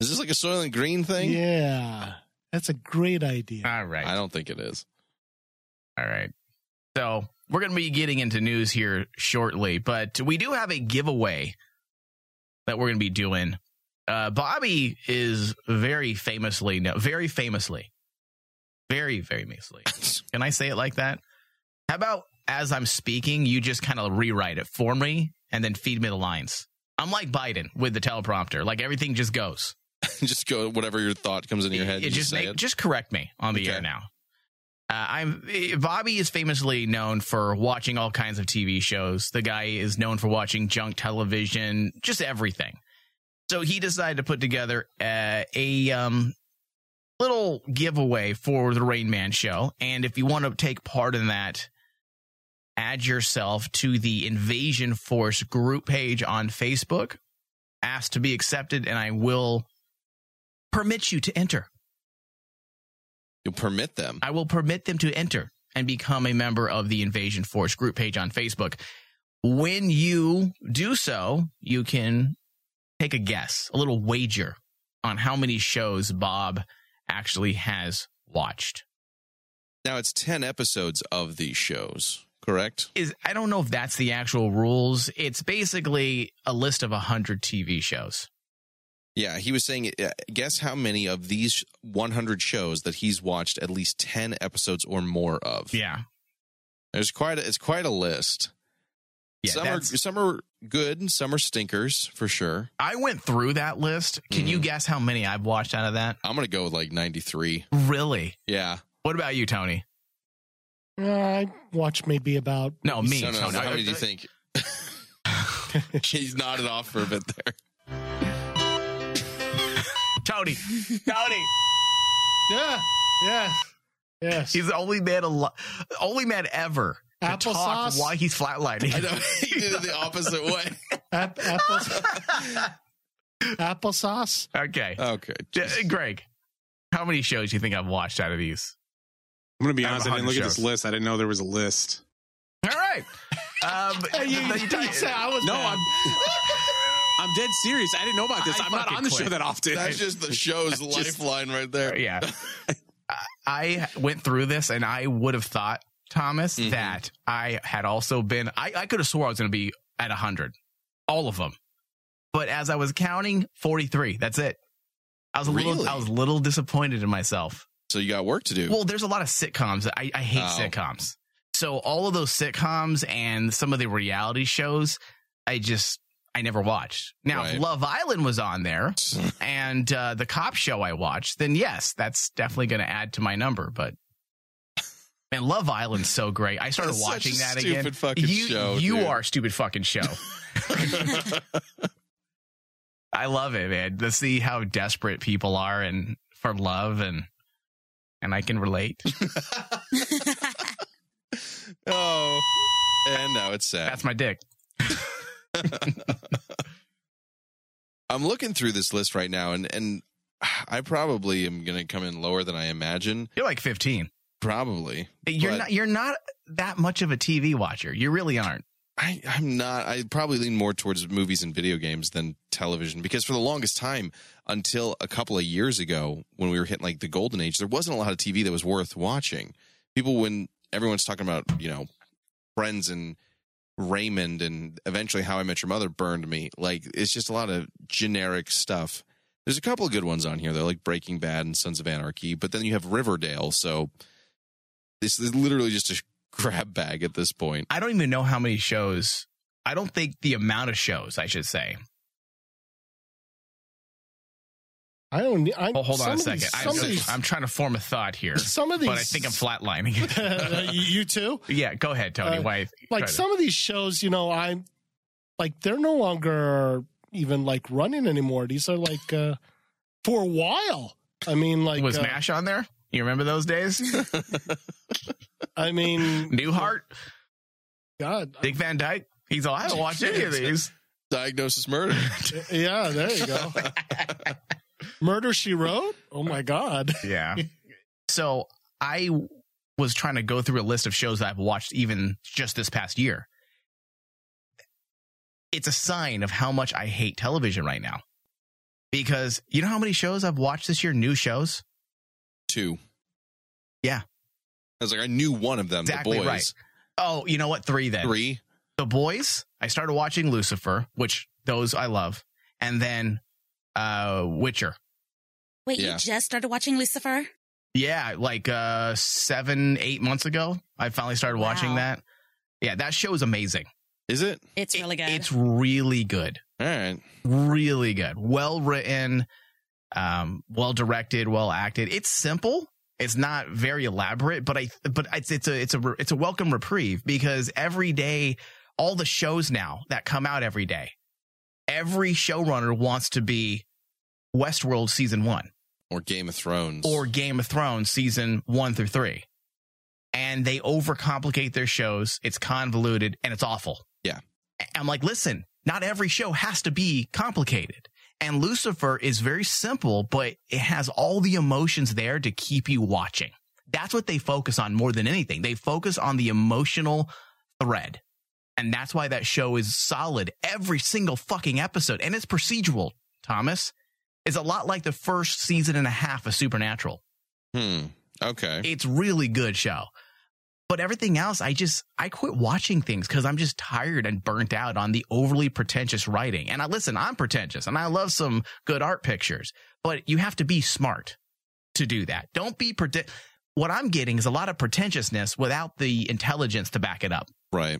Speaker 7: Is this like a Soylent Green thing?
Speaker 2: Yeah. That's a great idea.
Speaker 3: All right.
Speaker 7: I don't think it is.
Speaker 3: All right. So we're going to be getting into news here shortly, but we do have a giveaway that we're going to be doing. Uh, Bobby is very famously, no, very famously, very,
Speaker 7: (laughs)
Speaker 3: very famously. Can I say it like that? How about as I'm speaking, you just kind of rewrite it for me and then feed me the lines? I'm like Biden with the teleprompter. Like everything just goes.
Speaker 7: (laughs) just go uh, whatever your thought comes into your head.
Speaker 3: It
Speaker 7: you
Speaker 3: just
Speaker 7: say
Speaker 3: make-
Speaker 7: it.
Speaker 3: just correct me on the
Speaker 7: Okay.
Speaker 3: air now. Uh, I'm eh, Bobby is famously known for watching all kinds of TV shows. The guy is known for watching junk television, just everything. So he decided to put together uh, a um, little giveaway for the Rain Man show, and if you want to take part in that, add yourself to the Invasion Force group page on Facebook. Ask to be accepted, and I will permit you to enter.
Speaker 7: You'll permit them.
Speaker 3: I will permit them to enter and become a member of the Invasion Force group page on Facebook. When you do so, you can take a guess, a little wager on how many shows Bob actually has watched.
Speaker 7: Now it's 10 episodes of these shows, correct?
Speaker 3: Is I don't know if that's the actual rules. It's basically a list of 100 TV shows.
Speaker 7: Yeah, he was saying, uh, guess how many of these 100 shows that he's watched at least 10 episodes or more of.
Speaker 3: Yeah.
Speaker 7: There's quite a, it's quite a list.
Speaker 3: Yeah,
Speaker 7: some are
Speaker 3: that's-
Speaker 7: some are good, some are stinkers for
Speaker 3: (laughs)
Speaker 7: sure.
Speaker 3: I went through that list. Can you guess how many I've watched out of that?
Speaker 7: Mm-hmm. I'm going to go with like 93.
Speaker 3: Really?
Speaker 7: Yeah.
Speaker 3: What about you, Tony?
Speaker 2: Uh, I watch maybe about
Speaker 3: No, me.
Speaker 7: No, no,
Speaker 3: Tony.
Speaker 7: no, how many do
Speaker 2: (laughs)
Speaker 7: you think? (laughs) He's nodded off for a bit there.
Speaker 3: Tony. Tony.
Speaker 2: Yeah. Yes. Yes.
Speaker 3: He's the only man al- only man ever to talk
Speaker 2: Applesauce?
Speaker 3: why he's flatlining.
Speaker 7: I know (laughs)
Speaker 3: (laughs)
Speaker 7: he did it the opposite way.
Speaker 2: App- apples- applesauce.
Speaker 3: Okay.
Speaker 7: Okay.
Speaker 3: J- Greg, how many shows do you think I've watched out of these?
Speaker 6: I'm going to be
Speaker 3: I have
Speaker 6: honest. I didn't look
Speaker 3: 100
Speaker 6: at this
Speaker 3: shows.
Speaker 6: list. I didn't know there was a list.
Speaker 3: All right.
Speaker 8: (laughs)
Speaker 3: Um,
Speaker 7: (laughs)
Speaker 6: (laughs)
Speaker 2: you-
Speaker 3: th- th-
Speaker 2: you said I was
Speaker 6: No,
Speaker 2: bad.
Speaker 6: I'm. I'm dead serious. I didn't know about this.
Speaker 3: I
Speaker 6: I am not
Speaker 3: fucking
Speaker 6: on the
Speaker 3: quit.
Speaker 6: show that often. (laughs)
Speaker 7: That's just the show's
Speaker 6: Just-
Speaker 7: lifeline right there.
Speaker 3: yeah. (laughs) I- I went through this and I would have thought, Thomas, that I had also been, I, I could have swore I was going to be at 100, all of them. But as I was counting, 43. That's it. I was a little,
Speaker 7: Really?
Speaker 3: I was a little disappointed in myself.
Speaker 7: So you got work to do.
Speaker 3: Well, there's a lot of sitcoms. that- I, I hate
Speaker 7: Oh.
Speaker 3: sitcoms. So all of those sitcoms and some of the reality shows, I just I never watched. Now, if
Speaker 7: Right.
Speaker 3: Love Island was
Speaker 7: (laughs)
Speaker 3: on there, and uh, the cop show I watched, then yes, that's definitely going to add to my number. But man, Love Island's so great. I started
Speaker 7: That's such a
Speaker 3: watching that
Speaker 7: stupid
Speaker 3: again.
Speaker 7: fucking
Speaker 3: you
Speaker 7: show,
Speaker 3: you
Speaker 7: dude.
Speaker 3: are a stupid fucking
Speaker 7: (laughs)
Speaker 3: show. I love it, man. To see how desperate people are and for love and and I can relate.
Speaker 7: (laughs) oh, and (laughs) now it's sad.
Speaker 3: That's my dick.
Speaker 7: (laughs) I'm looking through this list right now, and and I probably am going to come in lower than I imagine.
Speaker 3: You're like 15.
Speaker 7: Probably.
Speaker 3: You're
Speaker 7: But-
Speaker 3: not. You're not that much of a TV watcher. You really aren't.
Speaker 7: I, I'm not. I probably lean more towards movies and video games than television because for the longest time, until a couple of years ago, when we were hitting like the golden age, there wasn't a lot of TV that was worth watching. People, when everyone's talking about you know Friends and Raymond and eventually How I Met Your Mother burned me. Like it's just a lot of generic stuff. There's a couple of good ones on here though, like Breaking Bad and Sons of Anarchy, but then you have Riverdale. So this is literally just a (laughs) grab bag at this point.
Speaker 3: I don't even know how many shows. I don't think the amount of shows. I should say.
Speaker 2: I don't. I,
Speaker 3: Oh, hold on a
Speaker 2: some of
Speaker 3: second.
Speaker 2: these-
Speaker 3: I'm,
Speaker 2: some of
Speaker 3: just-
Speaker 2: these-
Speaker 3: I'm trying to form a thought here.
Speaker 2: Some of
Speaker 3: but I
Speaker 2: these-
Speaker 3: think I'm
Speaker 2: (laughs)
Speaker 3: flatlining.
Speaker 2: you you too.
Speaker 3: yeah, go ahead, Tony.
Speaker 2: Uh,
Speaker 3: Why?
Speaker 2: Like some of these shows, you know, I'm like they're no longer even like running anymore. These are like uh for a while. I mean, like
Speaker 3: was
Speaker 2: uh,
Speaker 3: Mash on there? You remember those days?
Speaker 2: (laughs) I mean,
Speaker 3: Newhart,
Speaker 2: God,
Speaker 3: Dick Van Dyke. He's all. I haven't watched any of these.
Speaker 7: Diagnosis murder.
Speaker 2: yeah, Oh, there you go. Murder She Wrote. Oh my God.
Speaker 3: Yeah. (laughs) so I was trying to go through a list of shows that I've watched even just this past year. It's a sign of how much I hate television right now. because you know how many shows I've watched this year? New shows?
Speaker 7: Two.
Speaker 3: Yeah.
Speaker 7: I was like, I knew one of them.
Speaker 3: Exactly
Speaker 7: the boys.
Speaker 3: right. Oh, you know what? Three then.
Speaker 7: Three.
Speaker 3: The boys. I started watching Lucifer, which those I love, and then uh Witcher.
Speaker 9: Wait,
Speaker 3: Yeah.
Speaker 9: you just started watching Lucifer?
Speaker 3: Yeah, like uh seven, eight months ago, I finally started watching
Speaker 9: Wow.
Speaker 3: that. Yeah, that show is amazing.
Speaker 7: Is it?
Speaker 9: It's really good.
Speaker 3: It's really good.
Speaker 7: All right.
Speaker 3: Really good. Well written, um, well directed, well acted. It's simple. It's not very elaborate, but I but it's it's a it's a re- it's a welcome reprieve because every day all the shows now that come out every day, every showrunner wants to be Westworld season 1
Speaker 7: Or Game of Thrones.
Speaker 3: or Game of Thrones season 1 through 3. And they overcomplicate their shows. It's convoluted and it's awful.
Speaker 7: yeah.
Speaker 3: I'm like, listen, not every show has to be complicated. And Lucifer is very simple, but it has all the emotions there to keep you watching. That's what they focus on more than anything. They focus on the emotional thread. And that's why that show is solid every single fucking episode. And it's procedural, Thomas. It's a lot like the first season and a half of Supernatural.
Speaker 7: Hmm. Okay.
Speaker 3: It's really good show. But everything else, I just I quit watching things because I'm just tired and burnt out on the overly pretentious writing. And I listen, I'm pretentious and I love some good art pictures, but you have to be smart to do that. Don't be pretend. What I'm getting is a lot of pretentiousness without the intelligence to back it up.
Speaker 7: Right.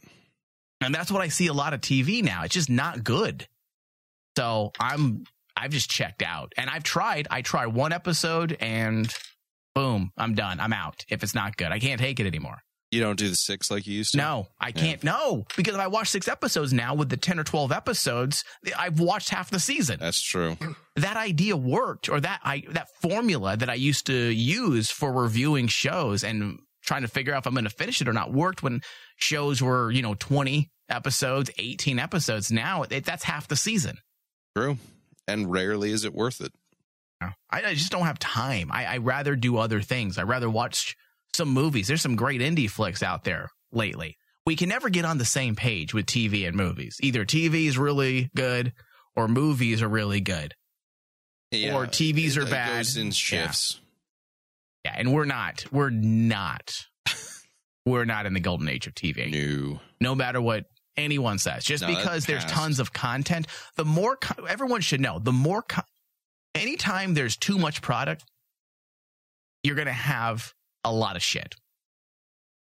Speaker 3: And that's what I see a lot of TV now. It's just not good. So I'm I've just checked out. And I've tried. I try one episode and boom, I'm done. I'm out. If it's not good, I can't take it anymore.
Speaker 7: You don't do the six like you used to?
Speaker 3: No, I can't. No, because if I watch six episodes now with the 10 or 12 episodes, I've watched half the season.
Speaker 7: That's true.
Speaker 3: That idea worked, or that I, that formula that I used to use for reviewing shows and trying to figure out if I'm going to finish it or not worked when shows were, you know, 20 episodes, 18 episodes. Now it, that's half the season.
Speaker 7: True. And rarely is it worth it.
Speaker 3: I, I just don't have time. I, I rather do other things. I rather watch some movies. There's some great indie flicks out there lately. We can never get on the same page with TV and movies. Either TV is really good or movies are really good. Or TVs
Speaker 7: it-
Speaker 3: are
Speaker 7: it
Speaker 3: bad.
Speaker 7: goes in
Speaker 3: Yeah.
Speaker 7: shifts.
Speaker 3: Yeah. and we're not. We're
Speaker 7: (laughs)
Speaker 3: not. we're not in the golden age of TV.
Speaker 7: No.
Speaker 3: No matter what anyone says. Just
Speaker 7: No, that's
Speaker 3: because there's
Speaker 7: past.
Speaker 3: tons of content, the more co- everyone should know, the more co- anytime there's too much product, you're going to have a lot of shit.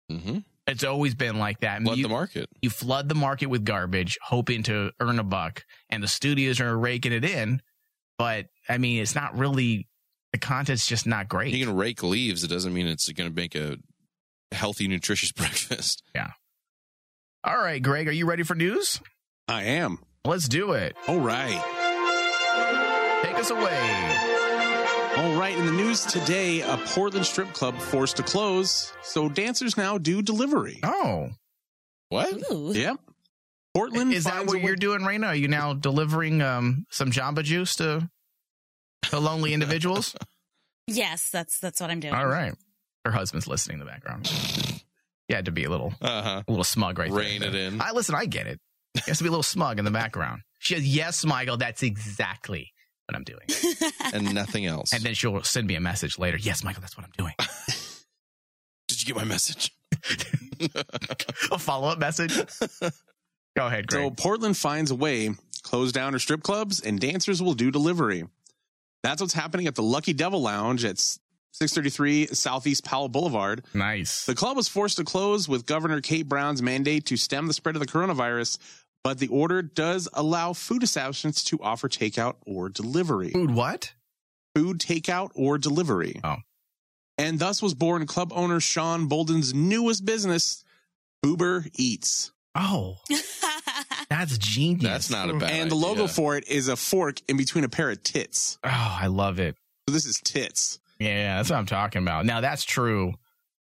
Speaker 7: Mm-hmm.
Speaker 3: It's always been like that.
Speaker 7: Flood the market.
Speaker 3: You flood the market with garbage, hoping to earn a buck, and the studios are raking it in. But I mean, it's not really the content's just not great.
Speaker 7: You can rake leaves. It doesn't mean it's going to make a healthy, nutritious (laughs) breakfast.
Speaker 3: Yeah. All right, Greg, are you ready for news?
Speaker 6: I am.
Speaker 3: Let's do it.
Speaker 6: All right.
Speaker 3: Take us away.
Speaker 6: All right. In the news today, a Portland strip club forced to close, so dancers now do delivery.
Speaker 3: Oh.
Speaker 7: What?
Speaker 6: Yep. Portland
Speaker 3: Is that
Speaker 6: finds
Speaker 3: what
Speaker 6: a way-
Speaker 3: you're doing right now? Are you now delivering um, some Jamba Juice to
Speaker 6: (laughs)
Speaker 3: to lonely individuals?
Speaker 9: yes, that's that's what I'm doing.
Speaker 3: All right. Her husband's listening in the background. Yeah, to be a little a little smug right
Speaker 7: Rein
Speaker 3: there.
Speaker 7: it in.
Speaker 3: I listen, I get it. It has to be a little smug in the background. She says, Yes, Michael, that's exactly what I'm doing.
Speaker 7: and nothing else.
Speaker 3: And then she'll send me a message later. Yes, Michael, that's what I'm doing.
Speaker 7: Did you get my message?
Speaker 3: (laughs) a follow up message.
Speaker 6: (laughs)
Speaker 3: Go ahead, Greg.
Speaker 6: So Portland finds a way, close down her strip clubs, and dancers will do delivery. That's what's happening at the Lucky Devil Lounge at s- 633 Southeast Powell Boulevard.
Speaker 3: Nice.
Speaker 6: The club was forced to close with Governor Kate Brown's mandate to stem the spread of the coronavirus, but the order does allow food establishments to offer takeout or delivery.
Speaker 3: Food what?
Speaker 6: Food takeout or delivery.
Speaker 3: Oh.
Speaker 6: And thus was born club owner Sean Bolden's newest business, Uber Eats.
Speaker 3: Oh. That's genius.
Speaker 7: That's not a bad
Speaker 6: And the logo
Speaker 7: idea.
Speaker 6: for it is a fork in between a pair of tits.
Speaker 3: Oh, I love it.
Speaker 6: So this is tits.
Speaker 3: Yeah, that's what I'm talking about. Now that's true.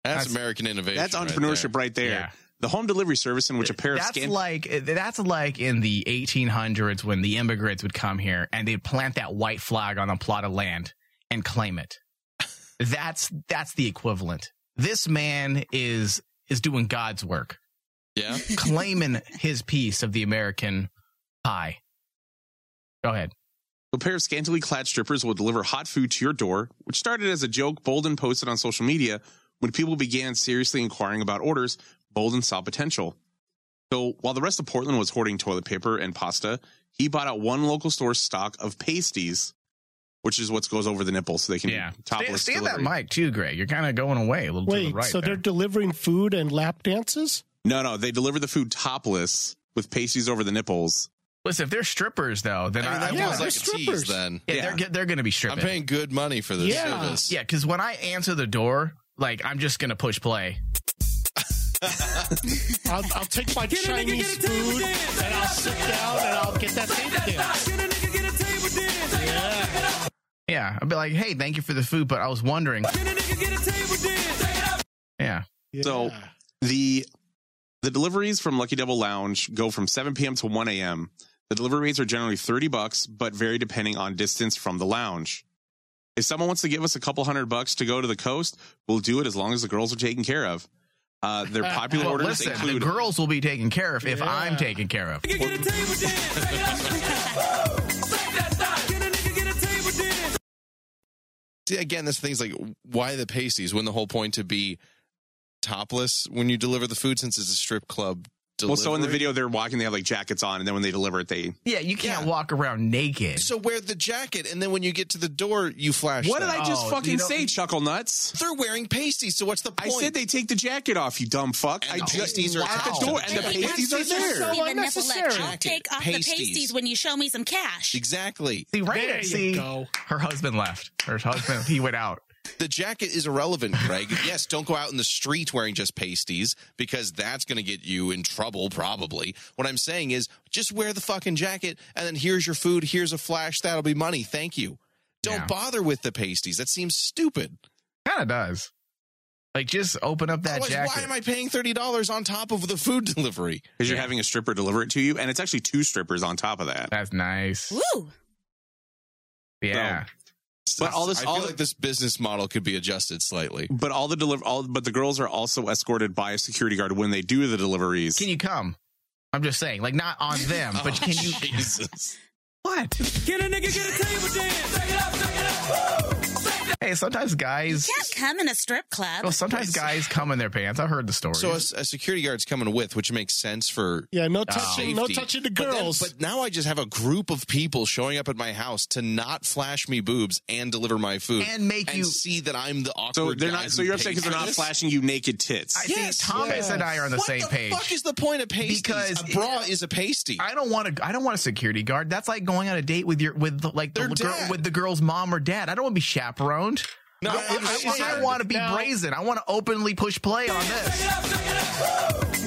Speaker 7: That's, American innovation.
Speaker 6: That's
Speaker 7: right
Speaker 6: entrepreneurship right there.
Speaker 3: Yeah.
Speaker 6: The home delivery service in which a pair of
Speaker 3: That's
Speaker 6: skin
Speaker 3: like that's like in the 1800s when the immigrants would come here and they'd plant that white flag on a plot of land and claim it. (laughs) That's that's the equivalent. This man is is doing God's work, (laughs)
Speaker 7: Yeah.
Speaker 3: claiming his piece of the American pie. Go ahead.
Speaker 6: A pair of scantily clad strippers will deliver hot food to your door, which started as a joke Bolden posted on social media when people began seriously inquiring about orders. Bolden saw potential. So while the rest of Portland was hoarding toilet paper and pasta, he bought out one local store's stock of pasties, which is what goes over the nipple so they can yeah.
Speaker 3: Stay,
Speaker 6: topless
Speaker 3: stay at that
Speaker 6: delivery.
Speaker 3: mic too, Greg. You're kind of going away a little to the
Speaker 2: Wait,
Speaker 3: right.
Speaker 2: so
Speaker 3: there.
Speaker 2: they're delivering food and lap dances?
Speaker 6: No, no, they deliver the food topless with pasties over the nipples.
Speaker 3: Listen, if they're strippers though, then I,
Speaker 7: mean, that
Speaker 3: I,
Speaker 7: Yeah, was
Speaker 3: I,
Speaker 7: they're like a tease strippers. then.
Speaker 3: Yeah,
Speaker 7: Yeah.
Speaker 3: they're get- they're going to be stripping.
Speaker 7: I'm paying good money for this service.
Speaker 3: Yeah, because when I answer the door, like I'm just gonna push play.
Speaker 2: (laughs) I'll, I'll take my Chinese food and I'll sit down and I'll get that table dance.
Speaker 3: Yeah, I'll be like, hey, thank you for the food, but I was wondering. Yeah.
Speaker 6: So the the deliveries from Lucky Devil Lounge go from 7 p.m. to 1 a.m. The delivery rates are generally 30 bucks, but vary depending on distance from the lounge. If someone wants to give us a couple hundred bucks to go to the coast, we'll do it as long as the girls are taken care of. Uh, their popular
Speaker 3: (laughs) Well,
Speaker 6: orders
Speaker 3: listen,
Speaker 6: include
Speaker 3: the girls will be taken care of if I'm taken care of.
Speaker 7: See, again, this thing's like, why the pasties? When the whole point to be topless when you deliver the food, since it's a strip club. Delivery.
Speaker 6: Well, so in the video they're walking, they have like jackets on, and then when they deliver it, they
Speaker 3: Yeah, you can't walk around naked.
Speaker 7: So wear the jacket, and then when you get to the door, you flash.
Speaker 6: What
Speaker 7: that.
Speaker 6: did I just fucking say, Chuckle Nuts?
Speaker 7: Oh, They're wearing pasties, so what's the
Speaker 6: I said they take the jacket off, you dumb fuck. I just
Speaker 7: pasties are
Speaker 6: at the
Speaker 7: attached
Speaker 6: door,
Speaker 7: to
Speaker 6: and the
Speaker 7: the
Speaker 6: pasties are there.
Speaker 9: So
Speaker 2: So
Speaker 9: unnecessary.
Speaker 2: unnecessary.
Speaker 9: I'll take off
Speaker 3: Pasties.
Speaker 9: the pasties when you show me some cash.
Speaker 7: Exactly.
Speaker 3: See, right
Speaker 9: There you
Speaker 3: see,
Speaker 9: go.
Speaker 3: her husband left. Her husband, he went out.
Speaker 7: The jacket is irrelevant,
Speaker 3: (laughs)
Speaker 7: Greg. yes, don't go out in the street wearing just pasties because that's going to get you in trouble, probably. What I'm saying is just wear the fucking jacket and then here's your food, here's a flash, that'll be money. Thank you. Don't bother with the pasties. That seems stupid.
Speaker 3: Kind of does. Like, just open up that
Speaker 7: Otherwise,
Speaker 3: jacket.
Speaker 7: why am I paying $30 on top of the food (laughs) delivery?
Speaker 6: Because you're having a stripper deliver it to you, and it's actually two strippers on top of that.
Speaker 3: That's nice.
Speaker 9: Woo!
Speaker 3: Yeah.
Speaker 6: But all this,
Speaker 7: I
Speaker 6: all
Speaker 7: feel
Speaker 6: the-
Speaker 7: like this business model could be adjusted slightly.
Speaker 6: But all the deliver, all but the girls are also escorted by a security guard when they do the deliveries.
Speaker 3: Can you come? I'm just saying, like, not on them,
Speaker 7: (laughs)
Speaker 3: but
Speaker 7: Oh,
Speaker 3: can you?
Speaker 6: Jesus.
Speaker 3: What?
Speaker 8: Can a nigga get a table dance?
Speaker 3: Hey, sometimes guys.
Speaker 9: You can't come in a strip club.
Speaker 3: Well, sometimes guys come in their pants. I heard the story.
Speaker 7: So a, a security guard's coming with, which makes sense for
Speaker 2: Yeah, no
Speaker 7: for
Speaker 2: touching- no touching the
Speaker 7: But then-
Speaker 2: girls.
Speaker 7: But, now I just have a group of people showing up at my house to not flash me boobs and deliver my food
Speaker 3: And make you-
Speaker 7: see that I'm the awkward.
Speaker 6: So they're
Speaker 7: guy
Speaker 6: not.
Speaker 7: who
Speaker 6: So you're upset
Speaker 7: pays
Speaker 6: because they're
Speaker 7: for
Speaker 6: not
Speaker 7: this?
Speaker 6: flashing you naked tits.
Speaker 3: I think Thomas and I are on the
Speaker 7: What
Speaker 3: same page.
Speaker 7: Fuck is the point of pasties?
Speaker 3: Because
Speaker 7: a bra is a pasty.
Speaker 3: I don't want to. I don't want a security guard. That's like going on a date with your with the, like the
Speaker 7: Their
Speaker 3: girl
Speaker 7: dad.
Speaker 3: with the girl's mom or dad. I don't want to be chaperoned.
Speaker 7: No,
Speaker 3: I,
Speaker 7: I understand.
Speaker 3: want to be
Speaker 2: Now-
Speaker 3: brazen. I want to openly push play on this.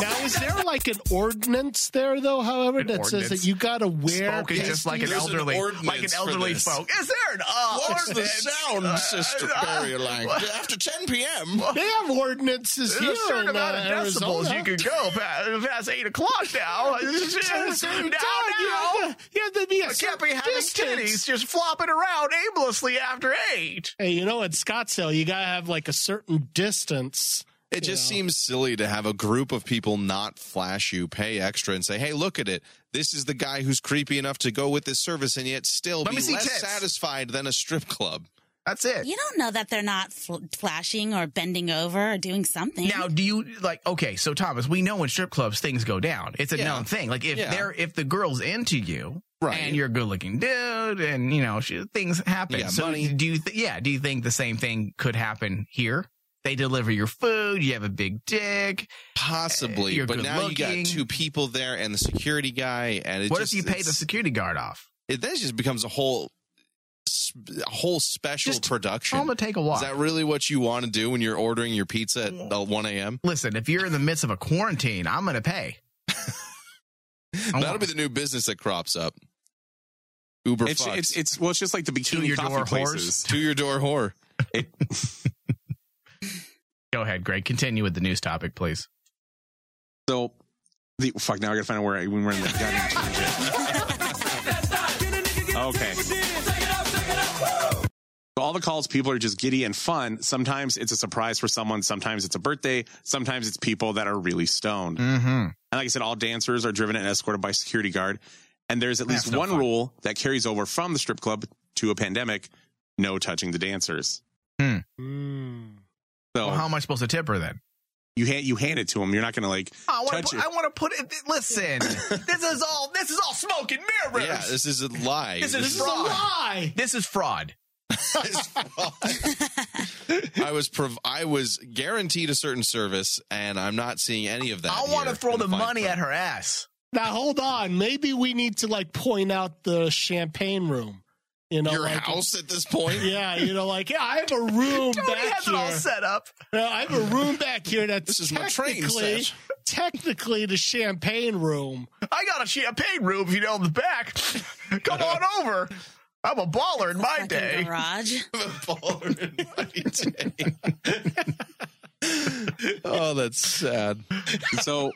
Speaker 2: Now, is there like an ordinance there, though, however,
Speaker 3: An
Speaker 2: that says
Speaker 3: ordinance?
Speaker 2: that you got to wear
Speaker 3: Spoken just like an
Speaker 2: pasties?
Speaker 7: There's an
Speaker 3: elderly, like an
Speaker 7: ordinance for
Speaker 3: elderly
Speaker 7: this.
Speaker 2: Oh,
Speaker 3: folk. Is there an uh,
Speaker 7: What's the
Speaker 3: ordinance?
Speaker 7: sound
Speaker 2: Uh,
Speaker 7: system barrier like? After 10 p.m.
Speaker 2: They have ordinances
Speaker 3: There's
Speaker 2: here
Speaker 3: a certain
Speaker 2: in
Speaker 3: amount of
Speaker 2: uh,
Speaker 3: decibels
Speaker 2: Arizona.
Speaker 3: you could go past, past eight o'clock
Speaker 2: (laughs)
Speaker 3: now. now,
Speaker 2: At the same time, you
Speaker 3: now.
Speaker 2: have to- you have to be a
Speaker 3: I can't
Speaker 2: certain
Speaker 3: be having
Speaker 2: distance.
Speaker 3: titties just flopping around aimlessly after eight.
Speaker 2: Hey, you know, at Scottsdale, you got to have like a certain distance.
Speaker 7: It just seems silly to have a group of people not flash you, pay extra, and say, "Hey, look at it. This is the guy who's creepy enough to go with this service, and yet still
Speaker 3: Let
Speaker 7: be
Speaker 3: me see
Speaker 7: less
Speaker 3: tits."
Speaker 7: satisfied than a strip club."
Speaker 3: That's it.
Speaker 9: You don't know that they're not fl- flashing or bending over or doing something.
Speaker 3: Now, do you like? Okay, so Thomas, we know in strip clubs things go down. It's a
Speaker 7: Yeah.
Speaker 3: known thing. Like if
Speaker 7: Yeah.
Speaker 3: they're if the girl's into you,
Speaker 7: Right.
Speaker 3: and you're a good looking dude, and you know she, things happen.
Speaker 7: You got
Speaker 3: so
Speaker 7: money.
Speaker 3: do you? Th- yeah, do you think the same thing could happen here? They deliver your food. You have a big dick. eh,
Speaker 7: Possibly,
Speaker 3: You're
Speaker 7: but
Speaker 3: good
Speaker 7: now you
Speaker 3: looking.
Speaker 7: got two people there and the security guy, and it
Speaker 3: what
Speaker 7: just,
Speaker 3: if you pay the
Speaker 7: it's-
Speaker 3: security guard off?
Speaker 7: It then just becomes a whole, sp- a whole special
Speaker 3: Just
Speaker 7: production.
Speaker 3: I'm gonna take a
Speaker 7: Is
Speaker 3: walk.
Speaker 7: that really what you want to do when you're ordering your pizza at uh, 1 a.m.?
Speaker 3: Listen, if you're in the midst of a quarantine, I'm gonna
Speaker 7: (laughs)
Speaker 3: pay. I
Speaker 7: That'll
Speaker 3: want-
Speaker 7: be the new business that crops up. Uber
Speaker 6: It's,
Speaker 7: fucks.
Speaker 6: it's it's well, it's just like the bikini
Speaker 3: your
Speaker 6: coffee
Speaker 3: door whores.
Speaker 6: places.
Speaker 7: to your door whore.
Speaker 3: (laughs) Go ahead, Greg. Continue with the news topic, please.
Speaker 6: So the fuck now I gotta find out where I, when we're in the goddamn tangent. okay. So all the calls, people are just giddy and fun. Sometimes it's a surprise for someone. Sometimes it's a birthday. Sometimes it's people that are really stoned.
Speaker 3: Mm-hmm.
Speaker 6: And like I said, all dancers are driven and escorted by security guard. And there's at least
Speaker 15: no
Speaker 6: one rule that carries over from the strip club to a pandemic no touching the dancers.
Speaker 3: Hmm.
Speaker 6: So
Speaker 3: Well, how am I supposed to tip her then?
Speaker 6: you hand you hand it to them. You're not going to like
Speaker 3: I want
Speaker 6: touch
Speaker 3: to.
Speaker 6: it.
Speaker 3: I want to put it. Listen, this is all. This is all smoke and mirrors.
Speaker 7: Yeah,
Speaker 6: (laughs)
Speaker 7: this is a lie.
Speaker 3: This is fraud. This is fraud.
Speaker 7: I was prov- I was guaranteed a certain service, and I'm not seeing any of that.
Speaker 3: I want
Speaker 7: here
Speaker 3: to throw
Speaker 7: in
Speaker 3: the
Speaker 7: fine
Speaker 3: money
Speaker 7: print.
Speaker 3: at her ass.
Speaker 2: Now hold on. Maybe we need to like point out the champagne room. You know,
Speaker 7: Your
Speaker 2: like-
Speaker 7: house at this point?
Speaker 2: (laughs) Yeah, you know, like yeah, I have a room
Speaker 8: Tony
Speaker 2: back
Speaker 8: has
Speaker 2: here.
Speaker 8: it all set
Speaker 3: up.
Speaker 2: I have a room back here that's
Speaker 8: This is my train
Speaker 2: technically
Speaker 8: set.
Speaker 2: technically the champagne room.
Speaker 3: I got a champagne room, if you know, in the back. (laughs) Come on over. I'm a baller in my day.
Speaker 9: Garage.
Speaker 3: (laughs)
Speaker 2: (laughs)
Speaker 7: Oh, that's sad.
Speaker 6: so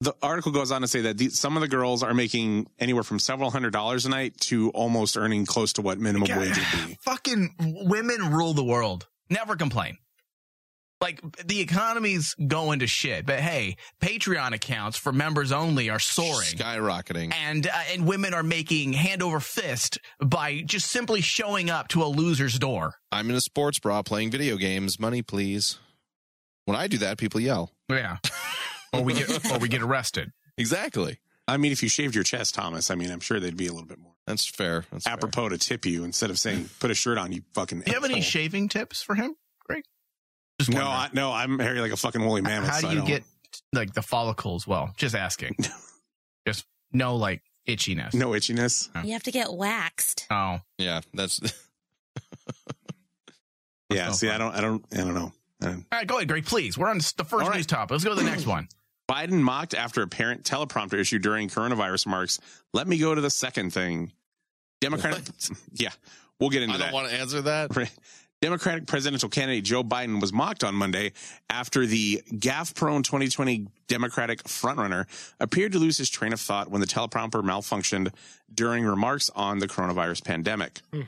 Speaker 6: the article goes on to say that the, some of the girls are making anywhere from several hundred dollars a night to almost earning close to what minimum
Speaker 3: God.
Speaker 6: wage would be.
Speaker 3: Fucking women rule the world. Never complain. Like the economy's going to shit, but hey, Patreon accounts for members only are soaring,
Speaker 7: skyrocketing,
Speaker 3: and uh, and women are making hand over fist by just simply showing up to a loser's door.
Speaker 7: I'm in a sports bra playing video games. Money, please. When I do that, people yell.
Speaker 3: Yeah, (laughs) or we get or we get arrested.
Speaker 7: Exactly.
Speaker 6: I mean, if you shaved your chest, Thomas, I mean, I'm sure they'd be a little bit more.
Speaker 7: That's fair. That's
Speaker 6: apropos to tip you instead of saying put a shirt on. You fucking.
Speaker 3: Do you have any
Speaker 6: asshole."
Speaker 3: shaving tips for him? Great.
Speaker 6: no, I, no, I'm hairy like a fucking woolly mammoth.
Speaker 3: How
Speaker 6: so I
Speaker 3: do you
Speaker 6: don't-
Speaker 3: get like the follicles? Well,
Speaker 6: (laughs)
Speaker 3: just asking. just no like itchiness.
Speaker 6: no itchiness?
Speaker 9: You have to get waxed.
Speaker 3: Oh,
Speaker 7: yeah,
Speaker 6: (laughs)
Speaker 7: that's.
Speaker 6: yeah, see, I don't, I don't, I don't know. I don't-
Speaker 3: All right, go ahead, Greg. Please, we're on the first news topic. Let's go to the
Speaker 6: (clears throat)
Speaker 3: next one.
Speaker 6: Biden mocked after apparent teleprompter issue during coronavirus marks. Let me go to the second thing. Democratic. (laughs) Yeah, we'll get into
Speaker 7: I
Speaker 6: that.
Speaker 7: don't want to answer that.
Speaker 6: (laughs) Democratic presidential candidate Joe Biden was mocked on Monday after the gaff prone 2020 Democratic frontrunner appeared to lose his train of thought when the teleprompter malfunctioned during remarks on the coronavirus pandemic.
Speaker 2: Hmm.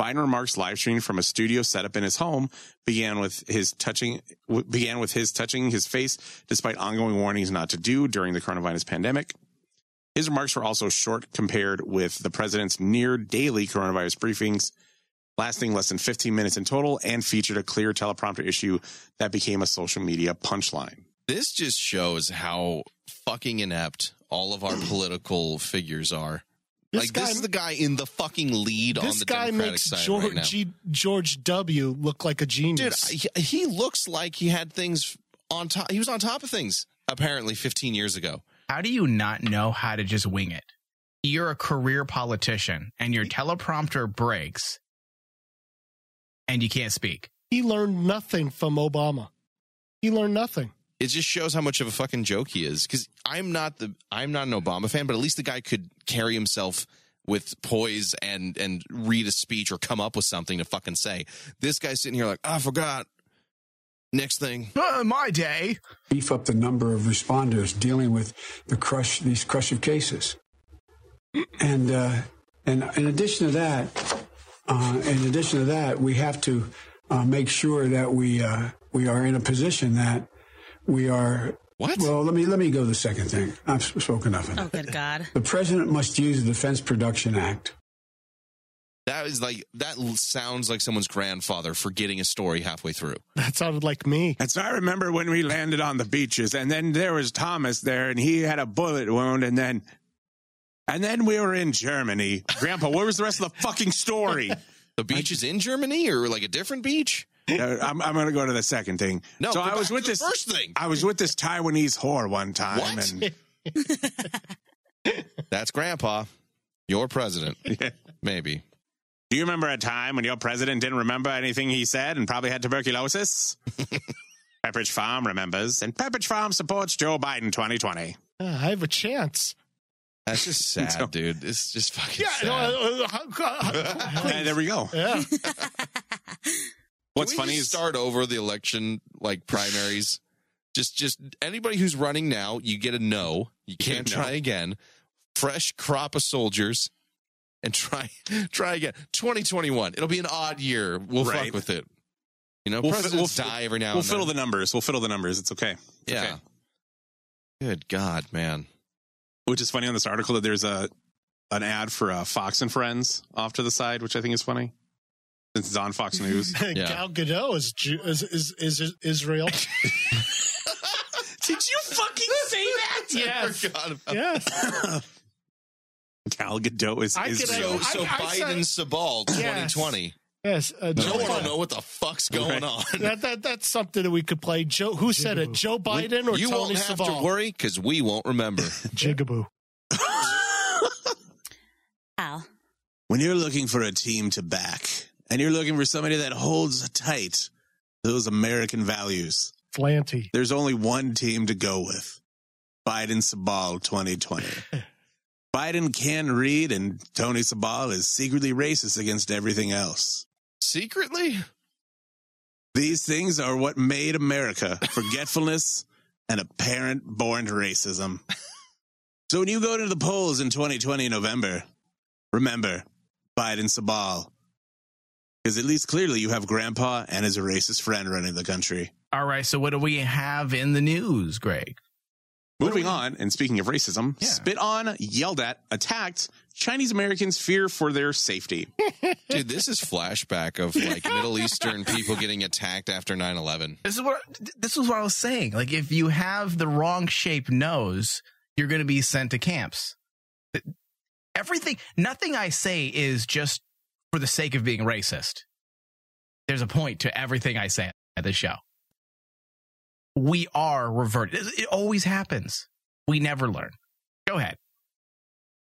Speaker 6: Biden remarks live streamed from a studio set up in his home began with his touching w- began with his touching his face despite ongoing warnings not to do during the coronavirus pandemic. His remarks were also short compared with the president's near daily coronavirus briefings, lasting less than 15 minutes in total, and featured a clear teleprompter issue that became a social media punchline.
Speaker 7: This just shows how fucking inept all
Speaker 3: (clears throat)
Speaker 7: of our political figures are.
Speaker 2: This
Speaker 7: like
Speaker 2: guy-
Speaker 7: this is the guy in the fucking lead on
Speaker 2: This
Speaker 7: the
Speaker 2: guy
Speaker 7: Democratic
Speaker 2: makes
Speaker 7: side
Speaker 2: George
Speaker 7: right now.
Speaker 2: G- George W look like a
Speaker 7: Dude,
Speaker 2: genius.
Speaker 7: I- he looks like he had things on top. He was on top of things apparently 15 years ago.
Speaker 3: How do you not know how to just wing it? You're a career politician, and your teleprompter breaks, and you can't speak.
Speaker 2: he learned nothing from Obama. He learned nothing.
Speaker 7: It just shows how much of a fucking joke he is. Because I'm not the I'm not an Obama fan, but at least the guy could carry himself with poise and and read a speech or come up with something to fucking say. This guy's sitting here like I forgot. Next thing,
Speaker 3: Uh, my day.
Speaker 16: Beef up the number of responders dealing with the crush, these crush of cases. And, uh, and in addition to that, uh, in addition to that, we have to uh, make sure that we, uh, we are in a position that we are.
Speaker 7: What?
Speaker 16: Well, let me, let me go to the second thing. I've s- spoken enough of it.
Speaker 9: Oh, good God.
Speaker 16: The president must use the Defense Production Act.
Speaker 7: That is like that l- sounds like someone's grandfather forgetting a story halfway through.
Speaker 2: That sounded like me.
Speaker 6: And so I remember when we landed on the beaches, and then there was Thomas there, and he had a bullet wound, and then. And then we were in Germany. Grandpa, where was the rest of the fucking story?
Speaker 7: (laughs) The beach is in Germany, or like a different beach?
Speaker 6: Uh, I'm, I'm going to go to the second thing.
Speaker 7: No,
Speaker 6: so
Speaker 7: go
Speaker 6: I
Speaker 7: back
Speaker 6: was
Speaker 7: to
Speaker 6: with
Speaker 7: the
Speaker 6: this
Speaker 7: first thing.
Speaker 6: I was with this Taiwanese whore one time,
Speaker 7: What?
Speaker 6: and
Speaker 7: That's grandpa,
Speaker 6: (laughs)
Speaker 7: your president. Maybe.
Speaker 6: Do you remember a time when your president didn't remember anything he said and probably had
Speaker 7: (laughs)
Speaker 6: tuberculosis? Pepperidge Farm remembers, and Pepperidge Farm supports Joe Biden 2020.
Speaker 2: Ah, I have a chance.
Speaker 6: (laughs)
Speaker 7: That's just sad, dude. It's just fucking
Speaker 2: Yeah.
Speaker 7: sad.
Speaker 2: No, uh, uh,
Speaker 6: (laughs)
Speaker 2: how-
Speaker 6: And there we go.
Speaker 7: (laughs)
Speaker 2: yeah.
Speaker 7: What's funny is start over the election like primaries. just just anybody who's running now, you get a no. You can't
Speaker 6: No.
Speaker 7: try again. Fresh crop of soldiers and try (laughs) try again. 2021. It'll be an odd year. We'll
Speaker 6: Right.
Speaker 7: fuck with it. You know,
Speaker 6: We'll fi-
Speaker 7: presidents
Speaker 6: we'll fi-
Speaker 7: die every now
Speaker 6: we'll
Speaker 7: and then.
Speaker 6: fiddle the numbers. We'll fiddle the numbers. It's okay. It's
Speaker 7: Yeah.
Speaker 6: okay.
Speaker 7: Good God, man.
Speaker 6: which is funny on this article that there's a an ad for uh, Fox and Friends off to the side, which I think is funny. Since it's on
Speaker 2: (laughs)
Speaker 6: Fox News.
Speaker 2: Gal Gadot is Ju- is is, is
Speaker 7: (laughs)
Speaker 2: Israel.
Speaker 6: Did you fucking
Speaker 2: (laughs)
Speaker 6: say that?
Speaker 8: Yes. yes.
Speaker 6: Gal Gadot is
Speaker 2: I could-
Speaker 6: Israel.
Speaker 2: I- So- so I- I said- Biden
Speaker 7: Sabal
Speaker 2: Yes.
Speaker 7: 2020.
Speaker 2: Yes, uh,
Speaker 7: No one
Speaker 2: Biden.
Speaker 7: will know what the fuck's
Speaker 2: Right.
Speaker 7: going on.
Speaker 2: (laughs) That, that that's something that we could play. Joe, who said it? Joe Biden or
Speaker 7: you
Speaker 2: Tony
Speaker 7: won't have
Speaker 2: Saval?
Speaker 7: to worry because we won't remember.
Speaker 2: Jigaboo.
Speaker 9: Al.
Speaker 6: when you're looking for a team to back and you're looking for somebody that holds tight those American values,
Speaker 2: Flanty.
Speaker 6: there's only one team to go with Biden Sabal 2020. Biden can read, and Tony Sabal is secretly racist against everything else.
Speaker 7: Secretly?
Speaker 6: These things are what made America forgetfulness and apparent born racism. So when you go to the polls in 2020 November, remember Biden Sabal. Because at least clearly you have grandpa and his racist friend running the country.
Speaker 3: All right, so what do we have in the news, Greg?
Speaker 6: Moving on, and speaking of racism, spit on, yelled at, attacked, Chinese Americans fear for their safety.
Speaker 7: (laughs) Dude, this is flashback of like Middle Eastern people getting attacked after 9 11.
Speaker 3: This is what this was what I was saying. Like if you have the wrong shape nose, you're going to be sent to camps. Everything nothing I say is just for the sake of being racist. There's a point to everything I say at this show. We are reverted. It it always happens. We never learn. Go ahead.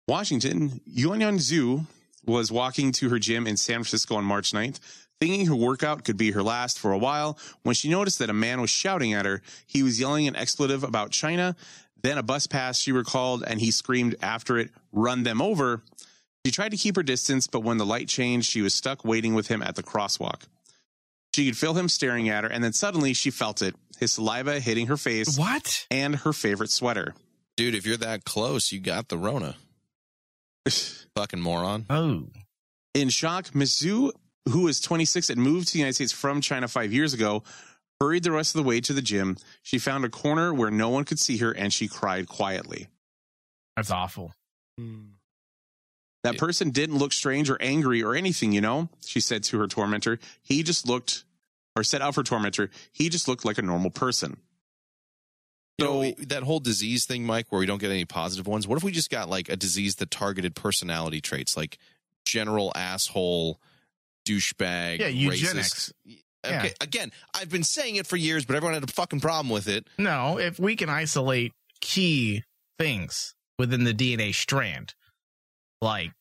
Speaker 6: Washington, Yuanyuan Zhu was walking to her gym in San Francisco on March 9th, thinking her workout could be her last for a while when she noticed that a man was shouting at her. He was yelling an expletive about China. Then a bus passed, she recalled, and he screamed after it, run them over. She tried to keep her distance, but when the light changed, she was stuck waiting with him at the crosswalk. She could feel him staring at her, and then suddenly she felt it his saliva hitting her face.
Speaker 3: What?
Speaker 6: And her favorite sweater.
Speaker 7: Dude, if you're that close, you got the
Speaker 6: (sighs)
Speaker 7: Rona. Fucking moron.
Speaker 3: Oh.
Speaker 6: In shock, Mizzou, who was 26 and moved to the United States from China five years ago, hurried the rest of the way to the gym. She found a corner where no one could see her and she cried quietly.
Speaker 3: That's awful.
Speaker 6: That person didn't look strange or angry or anything, you know, she said to her tormentor. He just looked, or said of her tormentor, he just looked like a normal person.
Speaker 7: So that whole disease thing, Mike, where we don't get any positive ones. What if we just got like a disease that targeted personality traits, like general asshole, douchebag,
Speaker 3: Yeah,
Speaker 7: racist?
Speaker 3: eugenics.
Speaker 7: Okay,
Speaker 3: Yeah.
Speaker 7: again, I've been saying it for years, but everyone had a fucking problem with it.
Speaker 3: No, if we can isolate key things within the DNA strand, like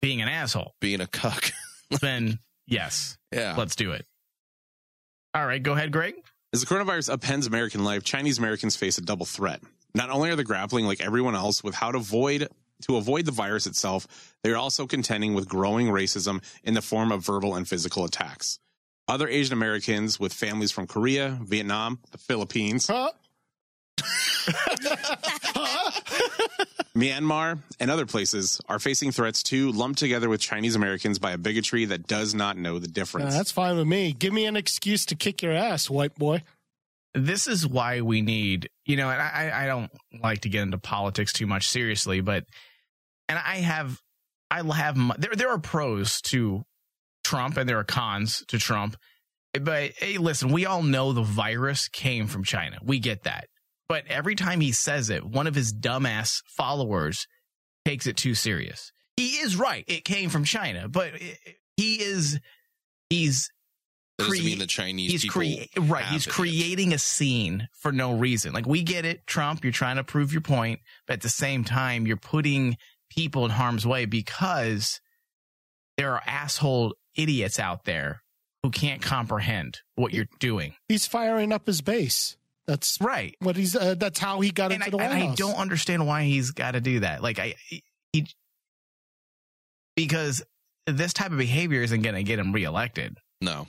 Speaker 3: being an asshole,
Speaker 7: being a cuck,
Speaker 3: then yes,
Speaker 7: yeah,
Speaker 3: let's do it. All right, go ahead, Greg.
Speaker 6: As the coronavirus upends American life, Chinese Americans face a double threat. Not only are they grappling like everyone else with how to avoid to avoid the virus itself, they are also contending with growing racism in the form of verbal and physical attacks. Other Asian Americans with families from Korea, Vietnam, the Philippines,
Speaker 3: (laughs)
Speaker 6: (laughs) Myanmar, and other places are facing threats too, lumped together with Chinese Americans by a bigotry that does not know the
Speaker 2: Nah,
Speaker 6: difference.
Speaker 2: that's fine with me. Give me an excuse to kick your ass, white boy.
Speaker 3: This is why we need, you know, and I, I don't like to get into politics too much seriously, but and I have, I have my, there there are pros to Trump and there are cons to Trump, but hey, listen, we all know the virus came from China. We get that, but every time he says it, one of his dumbass followers takes it too serious. He is right; it came from China, but he is he's
Speaker 7: That doesn't
Speaker 3: crea-
Speaker 7: mean the Chinese
Speaker 3: he's
Speaker 7: people
Speaker 3: crea- right
Speaker 7: have
Speaker 3: he's
Speaker 7: it.
Speaker 3: creating a scene for no reason like we get it trump you're trying to prove your point but at the same time you're putting people in harm's way because there are asshole idiots out there who can't comprehend what you're doing
Speaker 2: He's firing up his base. That's
Speaker 3: right.
Speaker 2: What he's uh, that's how he got
Speaker 3: and I,
Speaker 2: into the White
Speaker 3: and I
Speaker 2: House.
Speaker 3: don't understand why he's got to do that. Like I, he, because this type of behavior isn't going to get him reelected.
Speaker 7: No.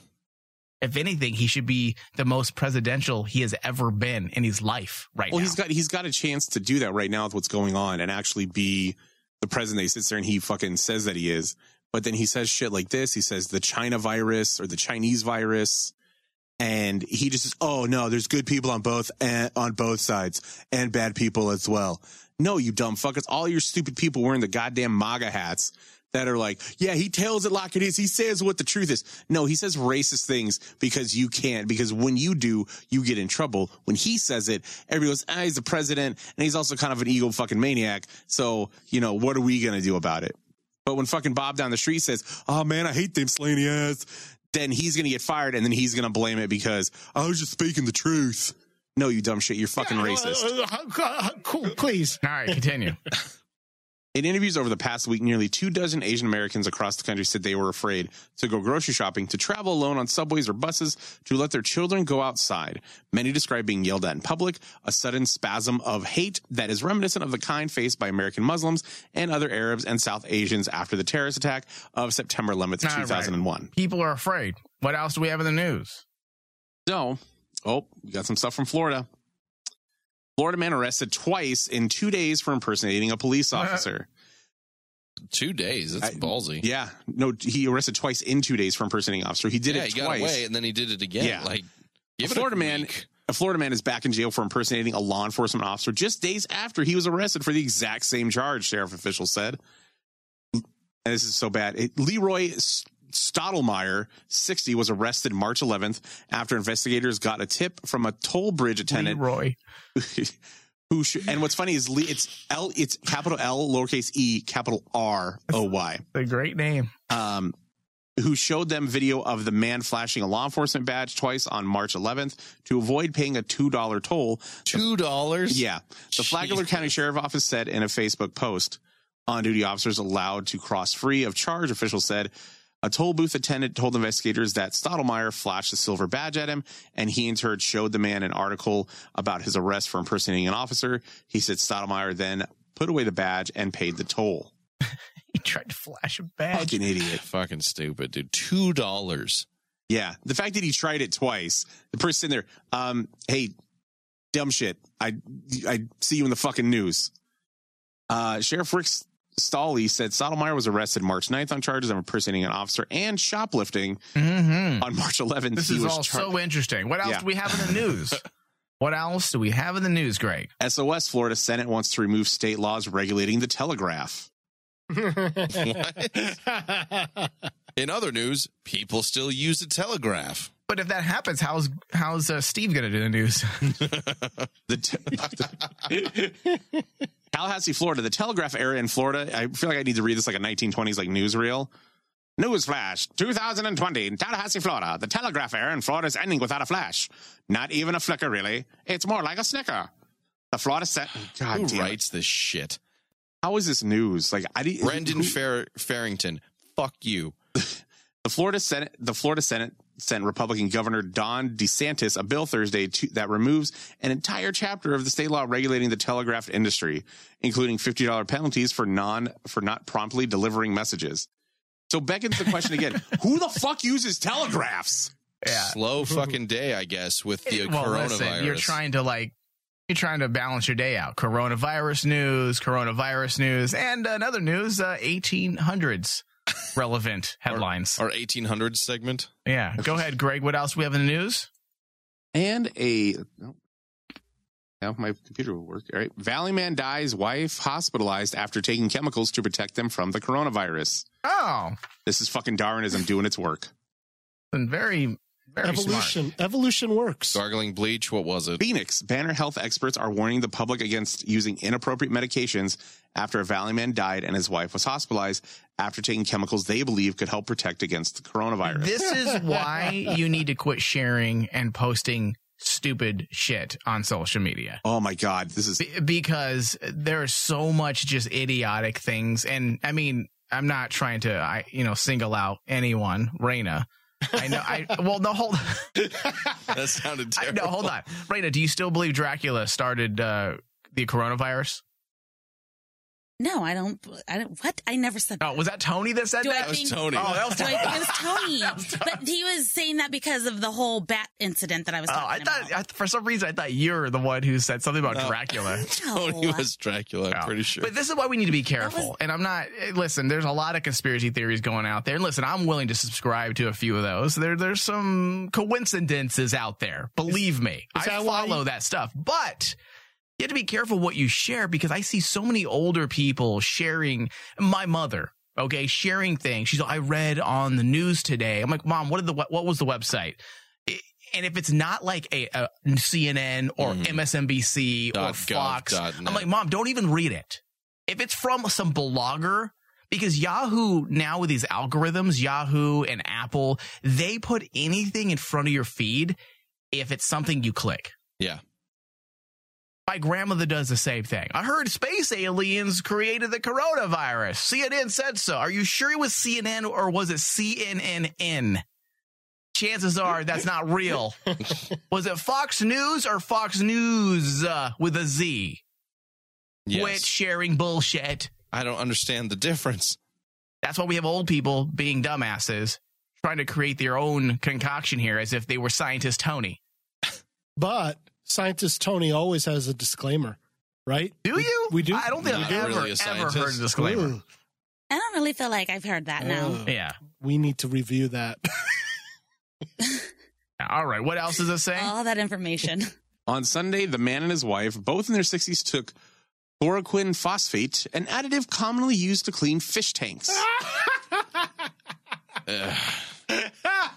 Speaker 3: If anything, he should be the most presidential he has ever been in his life right
Speaker 6: well,
Speaker 3: now.
Speaker 6: he's got he's got a chance to do that right now with what's going on and actually be the president. He sits there and he fucking says that he is, but then he says shit like this. He says the China virus or the Chinese virus, and eh, he just says, "Oh no, there's good people on both and on both sides and bad people as well." No, you dumb fuckers. All your stupid people wearing the goddamn MAGA hats that are like, yeah, he tells it like it is. He says what the truth is. No, he says racist things because you can't, because when you do, you get in trouble. When he says it, everyone goes, ah, he's the president. And he's also kind of an ego fucking maniac. So, you know, what are we going to do about it? But when fucking Bob down the street says, oh man, I hate them slanty ass, then he's going to get fired and then he's going to blame it because I was just speaking the truth. No, you dumb shit. You're fucking
Speaker 2: Uh,
Speaker 6: racist.
Speaker 2: cool, please.
Speaker 3: All
Speaker 2: (laughs)
Speaker 3: right, continue.
Speaker 6: In interviews over the past week, nearly two dozen Asian Americans across the country said they were afraid to go grocery shopping, to travel alone on subways or buses, to let their children go outside. Many describe being yelled at in public, a sudden spasm of hate that is reminiscent of the kind faced by American Muslims and other Arabs and South Asians after the terrorist attack of September 11th,
Speaker 2: Ah,
Speaker 3: All right.
Speaker 6: 2001.
Speaker 3: People are afraid. What else do we have in the news?
Speaker 6: So, oh, we got some stuff from Florida. Florida man arrested twice in two days for impersonating a police officer.
Speaker 7: Two days? That's ballsy.
Speaker 6: Yeah. No, he arrested twice in two days for impersonating an officer. He did
Speaker 7: yeah,
Speaker 6: it
Speaker 7: he
Speaker 6: twice.
Speaker 7: got away and then he did it again.
Speaker 6: Yeah.
Speaker 3: (laughs)
Speaker 7: Like,
Speaker 6: a
Speaker 7: give it
Speaker 6: Florida man. A Florida man is back in jail for impersonating a law enforcement officer just days after he was arrested for the exact same charge, sheriff officials said. And this is so bad. It, Leroy S- Stottlemyre, 60, was arrested March 11th after investigators got a tip from a toll bridge attendant.
Speaker 3: Leroy.
Speaker 6: (laughs) Who sh- and what's funny is Lee, it's L, it's capital L, lowercase e, capital R O Y
Speaker 3: The great name.
Speaker 6: um, who showed them video of the man flashing a law enforcement badge twice on March 11th to avoid paying a $2 toll.
Speaker 7: $2?
Speaker 6: yeah. The Flagler County Sheriff Office said in a Facebook post on duty officers allowed to cross free of charge, officials said. A toll booth attendant told investigators that Stottlemyre flashed a silver badge at him, and he in turn showed the man an article about his arrest for impersonating an officer. He said Stottlemyre then put away the badge and paid the toll.
Speaker 3: (laughs) He tried to flash a badge.
Speaker 6: Fucking idiot.
Speaker 7: Fucking stupid, dude. Two dollars.
Speaker 6: Yeah. The fact that he tried it twice, the person there, um, hey, dumb shit. I I see you in the fucking news. Uh, Sheriff Rick Stolle said Sotomayor was arrested March 9th on charges of impersonating an officer and shoplifting
Speaker 3: Mhm.
Speaker 6: on March 11th.
Speaker 3: This
Speaker 6: he
Speaker 3: is
Speaker 6: was
Speaker 3: all
Speaker 6: char-
Speaker 3: so interesting. What else
Speaker 6: Yeah.
Speaker 3: do we have in the
Speaker 6: (laughs)
Speaker 3: news? what else do we have in the news, Greg?
Speaker 6: SOS Florida Senate wants to remove state laws regulating the telegraph.
Speaker 7: In other news, people still use the telegraph.
Speaker 3: But if that happens, how's how's uh, Steve gonna do the news?
Speaker 6: (laughs) The te-
Speaker 3: (laughs)
Speaker 6: the- Tallahassee, Florida. The Telegraph era in Florida. I feel like I need to read this like a 1920s like newsreel. Newsflash 2020 in Tallahassee, Florida. The Telegraph era in Florida is ending without a flash. Not even a flicker, really. It's more like a snicker. The Florida set. God
Speaker 7: Who
Speaker 6: damn it.
Speaker 7: writes this shit?
Speaker 6: How is this news? Like I didn't.
Speaker 7: Brendan Fer- Farrington. Fuck you.
Speaker 6: The Florida Senate, the Florida Senate sent Republican Governor Don DeSantis a bill Thursday to, that removes an entire chapter of the state law regulating the telegraph industry, including fifty dollar penalties for non for not promptly delivering messages. So beckons the question again: Who the fuck uses telegraphs?
Speaker 7: Slow fucking day, I guess, with the
Speaker 3: well,
Speaker 7: coronavirus.
Speaker 3: listen, you're trying to like you're trying to balance your day out. Coronavirus news, coronavirus news, and another news, uh, 1800s relevant headlines.
Speaker 7: Our 1800s segment.
Speaker 3: yeah, go ahead, Greg. What else we have in the news?
Speaker 6: (laughs) And a no, now my computer will work. All right, Valley man dies wife hospitalized after taking chemicals to protect them from the coronavirus.
Speaker 3: Oh,
Speaker 6: This is fucking Darwinism doing its work.
Speaker 3: and very very smart.
Speaker 2: evolution. Evolution works.
Speaker 7: Gargling bleach. What was it?
Speaker 6: Phoenix Banner Health experts are warning the public against using inappropriate medications after a Valley man died and his wife was hospitalized after taking chemicals they believe could help protect against the coronavirus.
Speaker 3: This is why you need to quit sharing and posting stupid shit on social media.
Speaker 6: oh my god, this is
Speaker 3: Be- because there's so much just idiotic things and i mean i'm not trying to i you know single out anyone Raina. i know
Speaker 7: (laughs)
Speaker 3: i well no hold
Speaker 7: That sounded
Speaker 3: I,
Speaker 7: terrible.
Speaker 3: no hold on Raina, do you still believe dracula started uh the coronavirus
Speaker 9: No, I don't. I don't. What? I never said.
Speaker 3: oh was that tony that said
Speaker 9: Do I
Speaker 3: that
Speaker 9: think-
Speaker 3: oh that was
Speaker 9: Do I
Speaker 3: tony
Speaker 9: think it was Tony, but he was saying that because of the whole bat incident that I was
Speaker 3: (laughs) Oh,
Speaker 9: talking
Speaker 3: I
Speaker 9: about.
Speaker 3: thought I, for some reason I thought you're the one who said something about
Speaker 9: (laughs)
Speaker 7: No.
Speaker 3: Dracula.
Speaker 7: Tony was Dracula, I'm pretty sure.
Speaker 3: But this is why we need to be careful. and I'm not. eh, Listen, there's a lot of conspiracy theories going out there. And listen, I'm willing to subscribe to a few of those. There, there's some coincidences out there. Believe me, I
Speaker 2: that why
Speaker 3: follow
Speaker 2: you-
Speaker 3: that stuff. But you have to be careful what you share because I see so many older people sharing my mother, okay, sharing things. She's like, I read on the news today. I'm like, Mom, what did the we- what was the website? I- And if it's not like a, a CNN or MSNBC or
Speaker 7: Mm-hmm. Dot gov,
Speaker 3: Fox,
Speaker 7: dot
Speaker 3: I'm
Speaker 7: net.
Speaker 3: like, Mom, don't even read it. If it's from some blogger, because Yahoo now with these algorithms, Yahoo and Apple, they put anything in front of your feed if it's something you click.
Speaker 7: Yeah.
Speaker 3: My grandmother does the same thing. I heard space aliens created the coronavirus. CNN said so. Are you sure it was CNN or was it CNNN? Chances are that's
Speaker 7: (laughs)
Speaker 3: not real. was it Fox News or Fox News uh, with a Z?
Speaker 7: Yes.
Speaker 3: Quit sharing bullshit.
Speaker 7: I don't understand the difference.
Speaker 3: That's why we have old people being dumbasses trying to create their own concoction here as if they were scientist Tony.
Speaker 2: But scientist Tony always has a disclaimer, right?
Speaker 3: Do you?
Speaker 2: We do.
Speaker 3: I don't think
Speaker 2: We
Speaker 3: I've
Speaker 2: do.
Speaker 3: ever, ever heard a disclaimer.
Speaker 2: Ooh,
Speaker 9: I don't really feel like I've heard that now.
Speaker 3: Yeah.
Speaker 2: We need to review that.
Speaker 3: All right. What else is it saying?
Speaker 9: All that information. (laughs)
Speaker 6: On Sunday, the man and his wife, both in their 60s, took chloroquine phosphate, an additive commonly used to clean fish tanks. Ugh.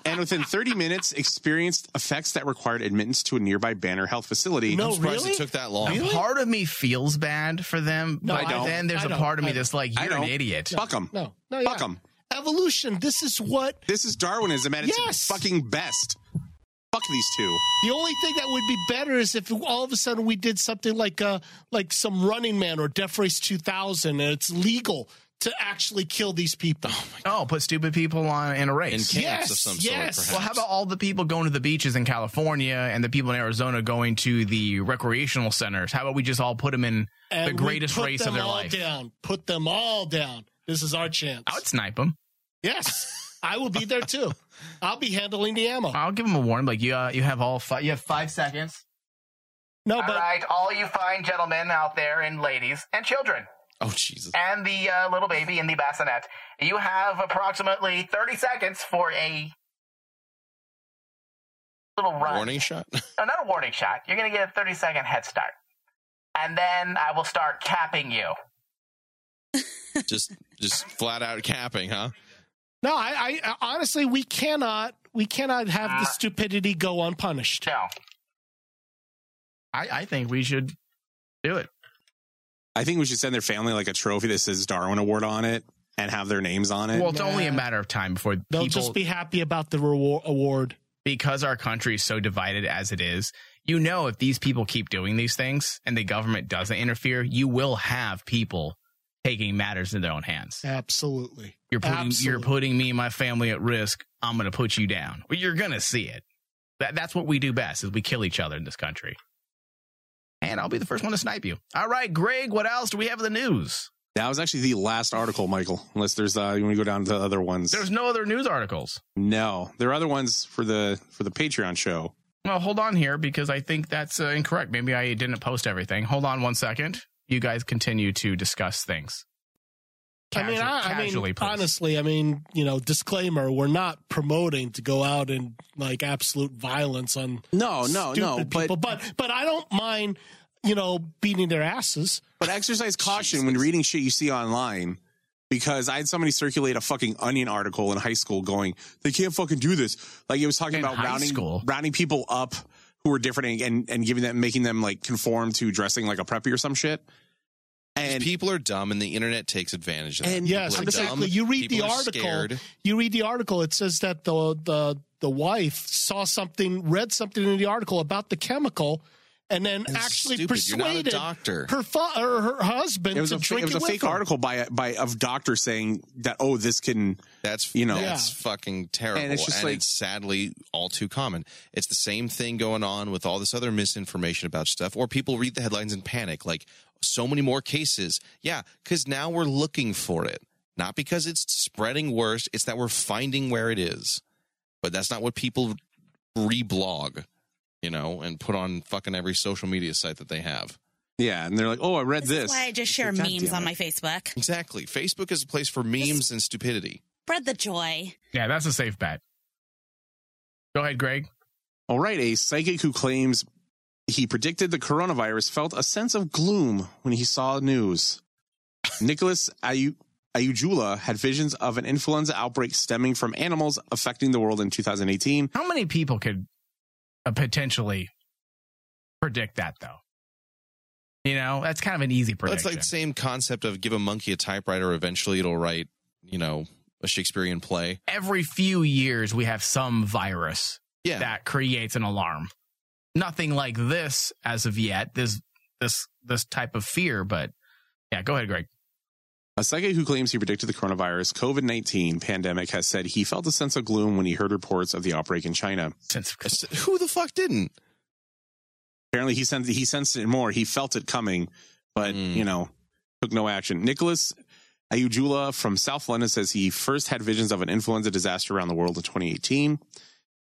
Speaker 6: and within 30 minutes, experienced effects that required admittance to a nearby Banner Health facility.
Speaker 7: No, I'm surprised it really? took that long.
Speaker 3: Now, Part of me feels bad for them,
Speaker 6: No,
Speaker 3: but
Speaker 6: I don't.
Speaker 3: then there's
Speaker 6: I
Speaker 3: a
Speaker 6: don't.
Speaker 3: part of me
Speaker 6: I-
Speaker 3: that's like,
Speaker 6: I
Speaker 3: you're an
Speaker 6: don't.
Speaker 3: idiot.
Speaker 6: Fuck 'em.
Speaker 2: No, no,
Speaker 6: Fuck
Speaker 2: yeah.
Speaker 6: them.
Speaker 2: Evolution. This is what
Speaker 6: This is Darwinism at its
Speaker 2: Yes.
Speaker 6: fucking best. Fuck these two.
Speaker 2: The only thing that would be better is if all of a sudden we did something like uh like some Running Man or Death Race 2000, and it's legal to actually kill these people.
Speaker 3: Oh, put stupid people on in a race.
Speaker 2: In camps of Yes, some sort, yes. perhaps.
Speaker 3: Well, how about all the people going to the beaches in California and the people in Arizona going to the recreational centers? How about we just all put them in
Speaker 2: (laughs) And
Speaker 3: the
Speaker 2: we
Speaker 3: greatest
Speaker 2: put
Speaker 3: race
Speaker 2: them
Speaker 3: of their
Speaker 2: all
Speaker 3: life?
Speaker 2: Down, put them all down. This is our chance.
Speaker 3: I would snipe them. (laughs)
Speaker 2: Yes, I will be there too. I'll be handling the ammo.
Speaker 3: I'll give them a warning. Like you, uh, you have all five. You have five seconds.
Speaker 2: No,
Speaker 3: all right, all you fine gentlemen out there, and ladies, and children.
Speaker 7: Oh, Jesus.
Speaker 3: and the uh, little baby in the bassinet. You have approximately 30 seconds for a little
Speaker 7: (laughs)
Speaker 3: run.
Speaker 7: Warning shot?
Speaker 3: No, not a warning shot. You're going to get a 30 second head start. And then I will start capping you.
Speaker 7: just just flat out capping, huh?
Speaker 2: No, I, I honestly, we cannot, we cannot have the stupidity go unpunished.
Speaker 3: Uh, No, I, I think we should do it.
Speaker 6: I think we should send their family like a trophy that says Darwin Award on it and have their names on it.
Speaker 3: Well, it's only a matter of time before
Speaker 2: they'll
Speaker 3: people,
Speaker 2: just be happy about the reward award.
Speaker 3: because our country is so divided as it is. You know, if these people keep doing these things and the government doesn't interfere, you will have people taking matters in their own hands.
Speaker 2: Absolutely,
Speaker 3: You're putting you're
Speaker 2: Absolutely.
Speaker 3: putting me and my family at risk. I'm going to put you down. Well, you're going to see it. That, that's what we do best is we kill each other in this country. And I'll be the first one to snipe you. All right, Greg, what else do we have in the news?
Speaker 6: That was actually the last article, Michael. Unless there's uh you want to go down to the other ones.
Speaker 3: There's no other news articles.
Speaker 6: no. There are other ones for the for the Patreon show.
Speaker 3: Well, hold on here because I think that's uh, incorrect. Maybe I didn't post everything. Hold on one second. You guys continue to discuss things.
Speaker 2: I mean,
Speaker 3: Casual-
Speaker 2: I, I
Speaker 3: casually,
Speaker 2: mean,
Speaker 3: please.
Speaker 2: honestly, I mean, you know, disclaimer: we're not promoting to go out and like absolute violence on
Speaker 6: No, no,
Speaker 2: stupid
Speaker 6: no, but-
Speaker 2: people. but but I don't mind, you know, beating their asses.
Speaker 6: But exercise caution when reading shit you see online because I had somebody circulate a fucking onion article in high school going, they can't fucking do this. Like it was talking about
Speaker 3: high
Speaker 6: rounding
Speaker 3: school?
Speaker 6: rounding people up who were different and and giving them making them like conform to dressing like a preppy or some shit. And
Speaker 7: people are dumb and the internet takes advantage of that.
Speaker 6: And
Speaker 7: People
Speaker 2: yes,
Speaker 7: are
Speaker 2: exactly.
Speaker 7: dumb,
Speaker 2: You read the
Speaker 7: people are
Speaker 2: article.
Speaker 7: scared.
Speaker 2: You read the article. It says that the the the wife saw something, read something in the article about the chemical, and then actually
Speaker 7: stupid. You're not a
Speaker 2: persuaded
Speaker 7: doctor.
Speaker 2: her fa- or her husband
Speaker 6: It was
Speaker 2: to
Speaker 6: a fa-
Speaker 2: drink
Speaker 6: it was a
Speaker 2: with
Speaker 6: fake
Speaker 2: her.
Speaker 6: article by by of doctor saying that oh this can
Speaker 7: that's
Speaker 6: you know
Speaker 7: That's fucking terrible.
Speaker 6: And
Speaker 7: And,
Speaker 6: it's
Speaker 7: it's,
Speaker 6: just like-
Speaker 7: sadly all too common. It's the same thing going on with all this other misinformation about stuff, or people read the headlines and panic, like so many more cases. Yeah, because now we're looking for it. Not because it's spreading worse, it's that we're finding where it is. But that's not what people reblog, you know, and put on fucking every social media site that they have.
Speaker 6: yeah and they're like oh I read
Speaker 9: That's why I just share
Speaker 7: God
Speaker 9: memes
Speaker 7: damn
Speaker 9: on
Speaker 7: it.
Speaker 9: my Facebook.
Speaker 7: Exactly. Facebook is a place for memes and stupidity.
Speaker 9: Spread the joy.
Speaker 3: Yeah, that's a safe bet. Go ahead, Greg.
Speaker 6: All right, a psychic who claims he predicted the coronavirus, felt a sense of gloom when he saw news. Nicholas Ayu- Ayujula had visions of an influenza outbreak stemming from animals affecting the world in 2018.
Speaker 3: How many people could uh, potentially predict that though? You know, that's kind of an easy
Speaker 7: Well, It's
Speaker 3: prediction.
Speaker 7: like the same concept of give a monkey a typewriter, eventually it'll write, you know, a Shakespearean play.
Speaker 3: Every few years, we have some virus that creates an alarm. Nothing like this as of yet. This this this type of fear, but yeah, go ahead, Greg.
Speaker 6: A psychic who claims he predicted the coronavirus COVID 19 pandemic has said he felt a sense of gloom when he heard reports of the outbreak in China.
Speaker 7: Who the fuck didn't?
Speaker 6: Apparently, he sensed, he sensed it more. He felt it coming, but,
Speaker 3: Hmm.
Speaker 6: you know, took no action. Nicholas Ayujula from South London says he first had visions of an influenza disaster around the world in 2018.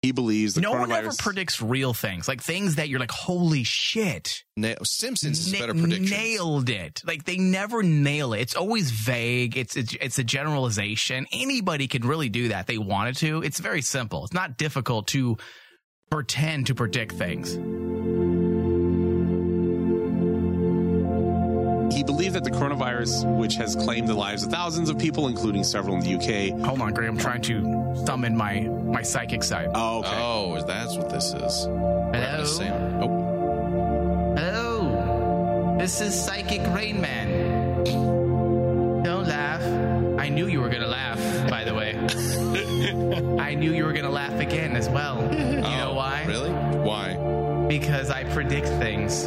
Speaker 6: He believes the
Speaker 3: no
Speaker 6: coronavirus.
Speaker 3: one ever predicts real things, like things that you're like, holy shit.
Speaker 7: Na- Simpsons is
Speaker 3: Na-
Speaker 7: better prediction.
Speaker 3: Nailed it. Like they never nail it. It's always vague. It's it's, it's a generalization. Anybody can really do that. They wanted to. It's very simple. It's not difficult to pretend to predict things.
Speaker 6: He believed that the coronavirus, which has claimed the lives of thousands of people, including several in the UK.
Speaker 3: Hold on, Graham. I'm trying to summon my my psychic side.
Speaker 6: Oh, okay.
Speaker 7: Oh, that's what this is.
Speaker 3: Hello.
Speaker 7: oh.
Speaker 3: Hello. This is Psychic Rain Man. Don't laugh. I knew you were gonna laugh. By the
Speaker 7: (laughs)
Speaker 3: way, I knew you were gonna laugh again as well. You know why?
Speaker 7: Oh, Really? Why?
Speaker 3: Because I predict things.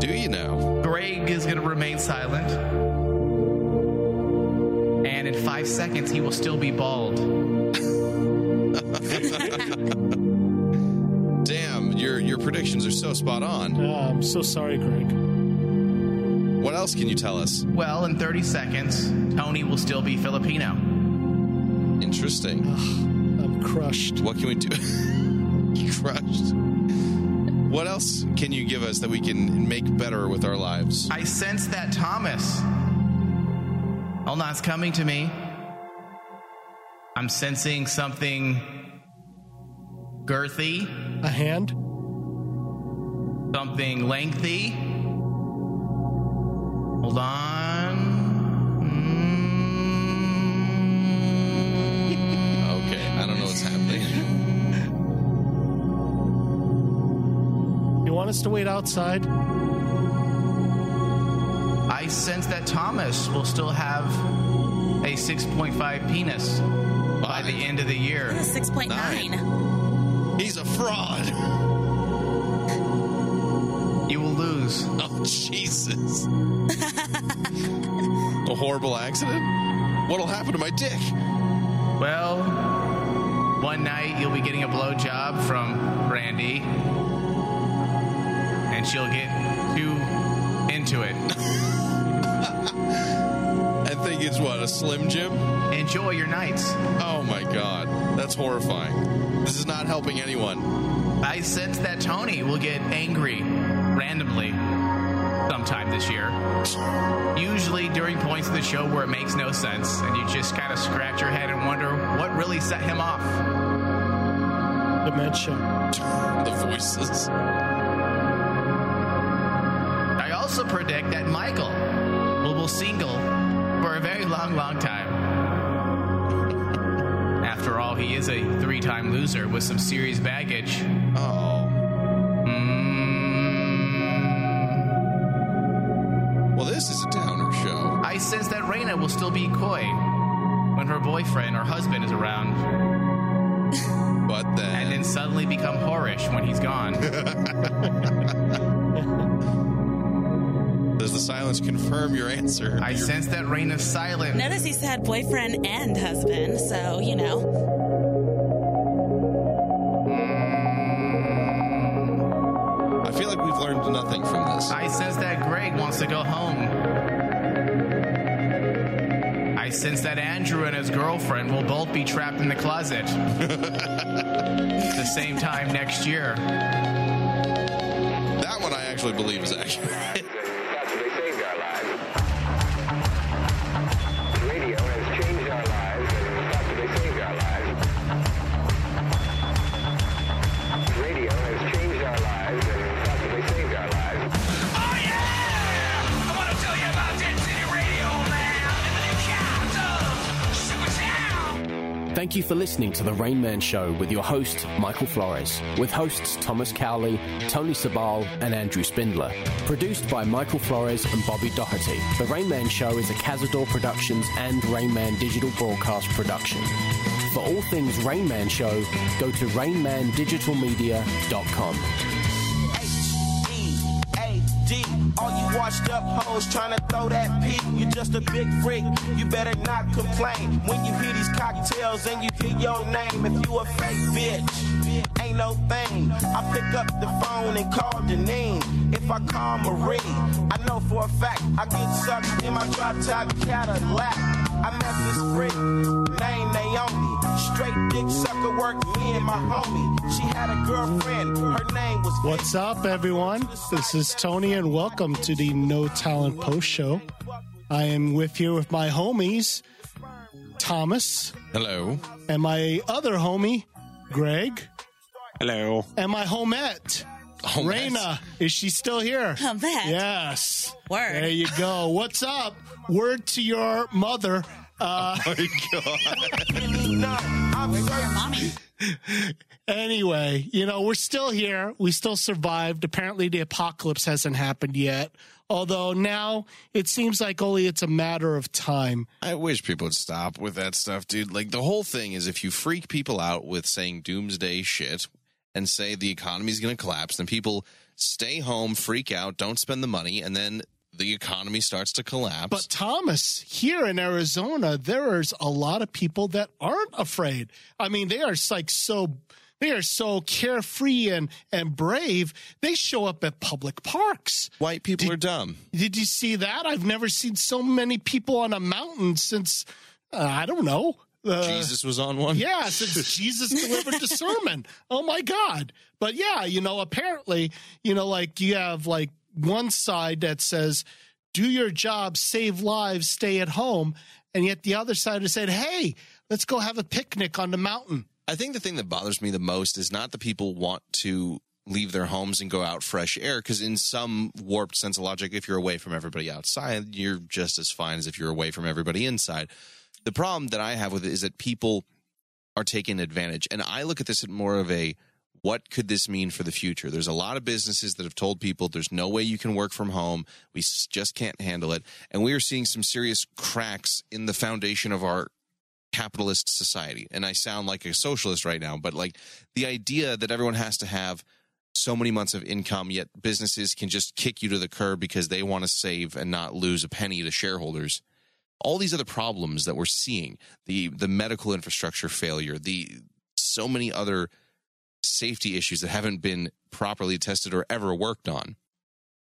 Speaker 7: Do you know?
Speaker 3: Greg is going to remain silent. And in five seconds, he will still be bald.
Speaker 7: (laughs) Damn, your your predictions are so spot on.
Speaker 2: I'm so sorry, Greg.
Speaker 7: What else can you tell us?
Speaker 3: Well, in 30 seconds, Tony will still be Filipino.
Speaker 7: Interesting.
Speaker 2: I'm crushed.
Speaker 7: What can we do? (laughs) crushed. What else can you give us that we can make better with our lives?
Speaker 3: I sense that Thomas. Hold on, it's coming to me. I'm sensing something girthy,
Speaker 2: A hand?
Speaker 3: something lengthy. Hold on.
Speaker 7: Okay, I don't know what's happening.
Speaker 2: You want us to wait outside?
Speaker 3: I sense that Thomas will still have a 6.5 penis by the end of the year.
Speaker 9: Yeah, 6.9.
Speaker 7: He's a fraud.
Speaker 3: You will lose.
Speaker 7: (laughs) Oh,
Speaker 3: (laughs)
Speaker 7: Jesus. A horrible accident? What'll happen to my dick?
Speaker 3: Well, one night you'll be getting a blowjob from Randy, and she'll get too into it.
Speaker 7: I think it's what, a Slim Jim?
Speaker 3: Enjoy your nights.
Speaker 7: Oh my god, that's horrifying. (laughs) This is not helping anyone.
Speaker 3: I sense that Tony will get angry randomly sometime this
Speaker 7: (laughs)
Speaker 3: year. Usually during points of the show where it makes no sense, and you just kind of scratch your head and wonder what really set him off.
Speaker 2: Dementia.
Speaker 7: The voices.
Speaker 3: I also predict that Michael will be single for a very long, long time. After all, he is a three time loser with some serious baggage.
Speaker 7: Oh. Well, this is a downer show.
Speaker 3: Mm. I sense that Raina will still be coy when her boyfriend or husband is around,
Speaker 7: (laughs) But then.
Speaker 3: and then suddenly become whorish when he's gone.
Speaker 7: (laughs)
Speaker 3: (laughs)
Speaker 7: Does the silence confirm your answer?
Speaker 3: I sense that Raina's silent.
Speaker 9: Notice he said boyfriend and husband, so you know.
Speaker 7: I feel like we've learned nothing from this.
Speaker 3: I sense that Greg wants to go home. I sense that Andrew and his girlfriend will both be trapped in the
Speaker 7: (laughs)
Speaker 3: closet at the same time next year.
Speaker 7: That one I actually believe is accurate.
Speaker 8: Radio has changed our lives and Oh,
Speaker 15: Thank you for listening to The Rain Man Show with your host, Michael Flores, with hosts Thomas Cowley, Tony Sabal, and Andrew Spindler. Produced by Michael Flores and Bobby Doherty, The Rain Man Show is a Cazador Productions and Rain Man Digital Broadcast production. For all things Rain Man Show, go to rainmandigitalmedia.com.
Speaker 17: D. All you washed up hoes tryna throw that peak. You just a big freak. You better not complain when you hear these cocktails and you hear your name. If you a fake bitch, ain't no thing. I pick up the phone and call the name. If I call Marie, I know for a fact I get sucked in my drop top Cadillac. I met this freak named Naomi. Straight dick sucker work me and my homie. She had a girlfriend. Her name was
Speaker 2: What's up, everyone? This is Tony, and welcome to the No Talent Post Show. I am with here with my homies, Thomas,
Speaker 7: Hello.
Speaker 2: and my other homie, Greg,
Speaker 6: Hello.
Speaker 2: and my homette,
Speaker 6: Homette.
Speaker 2: Raina. Is she still here?
Speaker 9: Homette.
Speaker 2: Yes. Word. There you go. What's up? Word to your mother. Uh,
Speaker 7: oh my
Speaker 9: mommy.
Speaker 2: (laughs) anyway, you know, we're still here. We still survived. Apparently, the apocalypse hasn't happened yet. Although now it seems like only it's a matter of time.
Speaker 7: I wish people would stop with that stuff, dude. Like the whole thing is if you freak people out with saying doomsday shit and say the economy's going to collapse, then people stay home, freak out, don't spend the money, and then the economy starts to collapse.
Speaker 2: But Thomas, here in Arizona, there is a lot of people that aren't afraid. I mean, they are like so they are so carefree and and brave. They show up at public parks.
Speaker 7: White people are dumb.
Speaker 2: Did you see that? I've never seen so many people on a mountain since uh, I don't know. Uh,
Speaker 7: Jesus was on one.
Speaker 2: Yeah, since Jesus delivered the
Speaker 7: (laughs)
Speaker 2: sermon. Oh my God. But yeah, you know, apparently, you know, like you have like one side that says, do your job, save lives, stay at home. And yet the other side has said, hey, let's go have a picnic on the mountain.
Speaker 7: I think the thing that bothers me the most is not the people want to leave their homes and go out fresh air because in some warped sense of logic if you're away from everybody outside you're just as fine as if you're away from everybody inside the problem that i have with it is that people are taking advantage and i look at this at more of a what could this mean for the future there's a lot of businesses that have told people there's no way you can work from home we s- just can't handle it and we are seeing some serious cracks in the foundation of our capitalist society. And I sound like a socialist right now, but like the idea that everyone has to have so many months of income, yet businesses can just kick you to the curb because they want to save and not lose a penny to shareholders. All these other problems that we're seeing, the the medical infrastructure failure, the so many other safety issues that haven't been properly tested or ever worked on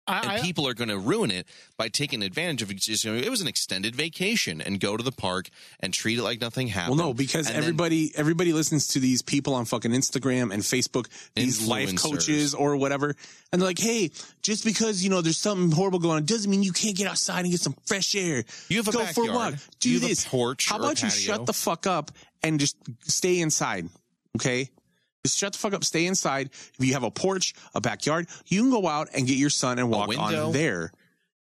Speaker 7: and people are going to ruin it by taking advantage of just, you know, it was an extended vacation and go to the park and treat it like nothing happened.
Speaker 6: Well, no, because
Speaker 7: And then-
Speaker 6: everybody everybody listens to these people on fucking Instagram and Facebook, these life
Speaker 7: Influencers.
Speaker 6: coaches or whatever, and they're like, "Hey, just because you know there's something horrible going on doesn't mean you can't get outside and get some fresh air.
Speaker 7: You have a
Speaker 6: go for a walk,
Speaker 7: backyard.
Speaker 6: do
Speaker 7: You have a
Speaker 6: this.
Speaker 7: porch
Speaker 6: How
Speaker 7: or a
Speaker 6: about you
Speaker 7: patio.
Speaker 6: shut the fuck up and just stay inside? Okay." Just shut the fuck up, stay inside. If you have a porch, a backyard, you can go out and get your son and walk
Speaker 7: window.
Speaker 6: on there.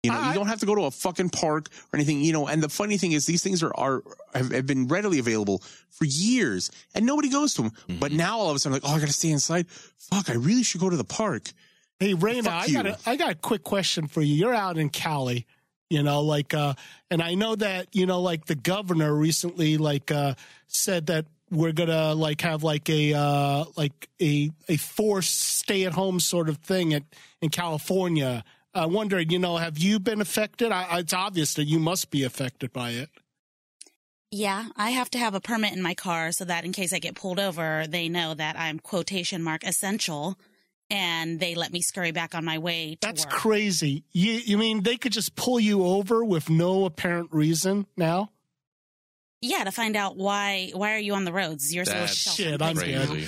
Speaker 6: You know, you don't have to go to a fucking park or anything. You know, and the funny thing is, these things are are have, have been readily available for years, and nobody goes to them. But now all of a sudden, like, oh, I gotta stay inside. Fuck, I really should go to the park.
Speaker 2: Hey, Raina, I
Speaker 6: you.
Speaker 2: got a, I got a quick question for you. You're out in Cali, you know, like, uh, and I know that you know, like, the governor recently, like, uh, said that we're gonna like have like a uh, like a a forced stay at home sort of thing at, in California. I wonder, you know, have you been affected? I, it's obvious that you must be affected by it.
Speaker 9: Yeah, I have to have a permit in my car so that in case I get pulled over, they know that I'm quotation mark essential and they let me scurry back on my way to
Speaker 2: That's
Speaker 9: work.
Speaker 2: crazy. You, you mean they could just pull you over with no apparent reason now?
Speaker 9: yeah, to find out why why are you on the roads? You're so
Speaker 2: That's
Speaker 9: sheltered.
Speaker 2: shit, I'm crazy.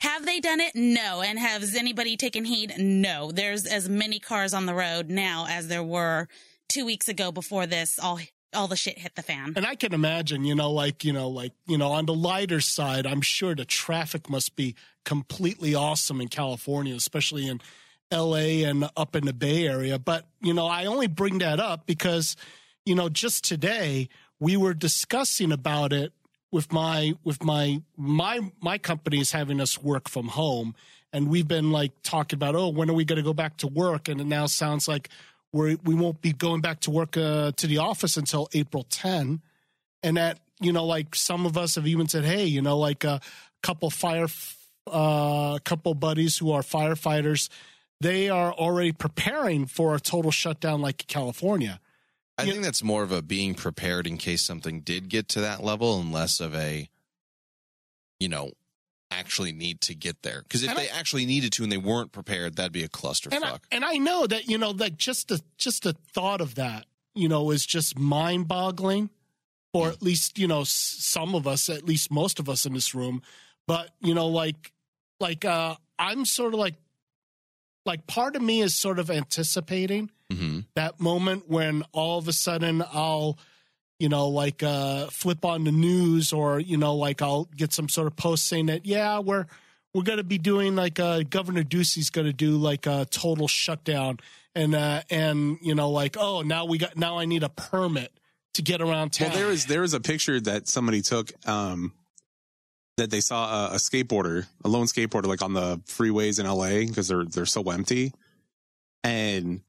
Speaker 9: Have they done it? No. And has anybody taken heed? No. There's as many cars on the road now as there were 2 weeks ago before this all all the shit hit the fan.
Speaker 2: And I can imagine, you know, like, you know, like, you know, on the lighter side, I'm sure the traffic must be completely awesome in California, especially in LA and up in the Bay Area. But, you know, I only bring that up because, you know, just today we were discussing about it with my with my my my company is having us work from home and we've been like talking about oh when are we going to go back to work and it now sounds like we we won't be going back to work uh, to the office until April 10 and that you know like some of us have even said hey you know like a couple fire uh, a couple buddies who are firefighters they are already preparing for a total shutdown like California
Speaker 7: I think that's more of a being prepared in case something did get to that level and less of a, you know, actually need to get there. Because if
Speaker 2: And I-
Speaker 7: they actually needed to and they weren't prepared, that'd be a clusterfuck.
Speaker 2: and I, and I know that you know like just the just the thought of that you know is just mind boggling or at least you know s- some of us at least most of us in this room but you know like like uh i'm sort of like like part of me is sort of anticipating
Speaker 7: Mm-hmm.
Speaker 2: that moment when all of a sudden I'll, you know, like uh, flip on the news or you know, like I'll get some sort of post saying that yeah, we're we're going to be doing like uh, Governor Ducey's going to do like a total shutdown and uh, and you know like oh now we got now I need a permit to get around town.
Speaker 6: Well, there was there was a picture that somebody took um, that they saw a, a skateboarder, a lone skateboarder, like on the freeways in LA because they're they're so empty, and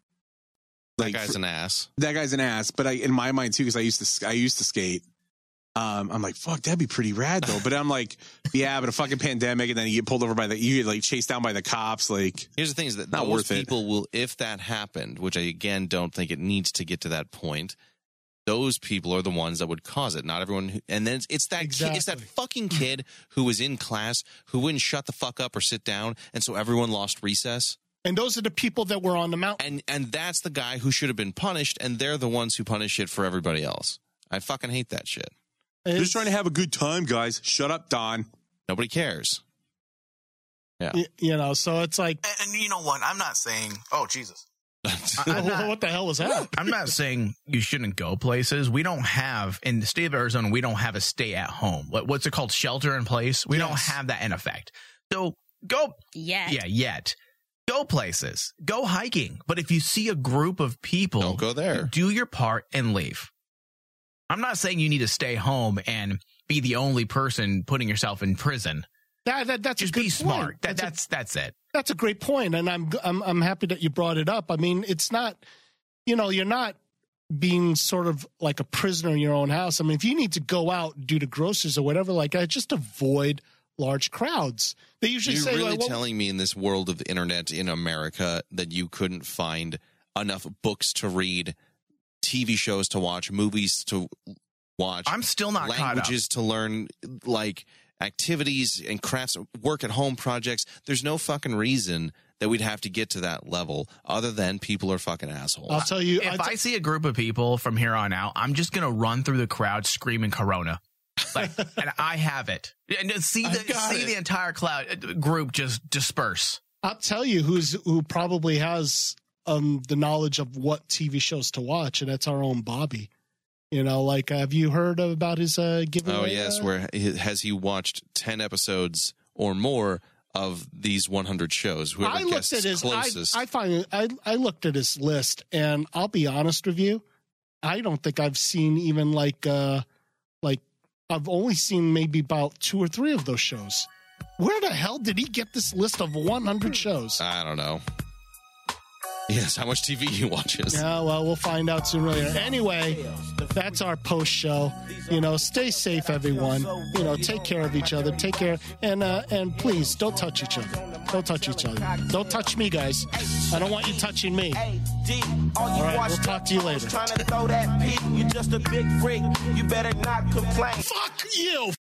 Speaker 6: like
Speaker 7: that guy's an ass.
Speaker 6: That guy's an ass. But I, in my mind too, because I used to sk- I used to skate. Um, I'm like, fuck, that'd be pretty rad though. But I'm like, yeah, but a fucking pandemic, and then you get pulled over by the, you get like chased down by the cops, like.
Speaker 7: Here's the thing: is that
Speaker 6: Not
Speaker 7: those
Speaker 6: worth it.
Speaker 7: people will, if that happened, which I again don't think it needs to get to that point. Those people are the ones that would cause it. Not everyone, who, and then it's, it's that kid, it's that fucking kid who was in class who wouldn't shut the fuck up or sit down, and so everyone lost recess.
Speaker 2: and those are the people that were on the mountain.
Speaker 7: And and that's the guy who should have been punished, and they're the ones who punish it for everybody else. I fucking hate that shit.
Speaker 6: Just trying to have a good time, guys. Shut up, Don.
Speaker 7: Nobody cares. Yeah.
Speaker 2: Y- You know, so it's like
Speaker 18: And, and you know what? I'm not saying, oh, Jesus.
Speaker 2: (laughs)
Speaker 3: I'm not-
Speaker 2: what the hell was that?
Speaker 3: I'm not saying you shouldn't go places. We don't have in the state of Arizona. We don't have a stay at home. What, what's it called? Shelter in place. We don't have that in effect. So go.
Speaker 9: Yet.
Speaker 3: Yeah. Yet. Go places. Go hiking. But if you see a group of people, don't
Speaker 7: go there.
Speaker 3: Do your part and leave. I'm not saying you need to stay home and be the only person putting yourself in prison.
Speaker 2: That, that that's
Speaker 3: just
Speaker 2: a good
Speaker 3: be smart.
Speaker 2: Point.
Speaker 3: That, that's that's it.
Speaker 2: That's a great point, and I'm I'm I'm happy that you brought it up. I mean, it's not, you know, you're not being sort of like a prisoner in your own house. I mean, if you need to go out and do the groceries or whatever, like I just avoid large crowds. They usually
Speaker 7: You're
Speaker 2: say,
Speaker 7: really
Speaker 2: like, well,
Speaker 7: telling me in this world of the internet in America that you couldn't find enough books to read, TV shows to watch, movies to watch.
Speaker 3: I'm still not caught up.
Speaker 7: languages to learn, like activities and crafts, work at home projects. There's no fucking reason that we'd have to get to that level other than people are fucking assholes.
Speaker 2: I'll tell you.
Speaker 3: If I see a group of people from here on out, I'm just gonna run through the crowd screaming "Corona,"
Speaker 2: (laughs)
Speaker 3: like, and I have it. And to see the see the entire cloud uh, group just disperse.
Speaker 2: I'll tell you who's who probably has um the knowledge of what TV shows to watch, and that's our own Bobby. You know, like have you heard about his uh giveaway?
Speaker 7: Oh yes,
Speaker 2: uh,
Speaker 7: where has he watched ten episodes or more of these 100 shows? Whoever
Speaker 2: I looked
Speaker 7: guesses
Speaker 2: at his. I,
Speaker 7: closest.
Speaker 2: I find I I looked at his list, and I'll be honest with you, I don't think I've seen even like uh like I've only seen maybe about two or three of those shows. Where the hell did he get this list of 100 shows?
Speaker 7: I don't know. Yes, how much TV he watches.
Speaker 2: Yeah, well, we'll find out soon later. Anyway, that's our post show. You know, stay safe, everyone. You know, take care of each other. Take care, and uh, and please don't touch each other. Don't touch each other. Don't touch me, guys. I don't want you touching me.
Speaker 17: All
Speaker 2: right, we'll talk to you later.
Speaker 17: Trying to throw that peak, you just a big freak. You better not complain.
Speaker 2: Fuck you.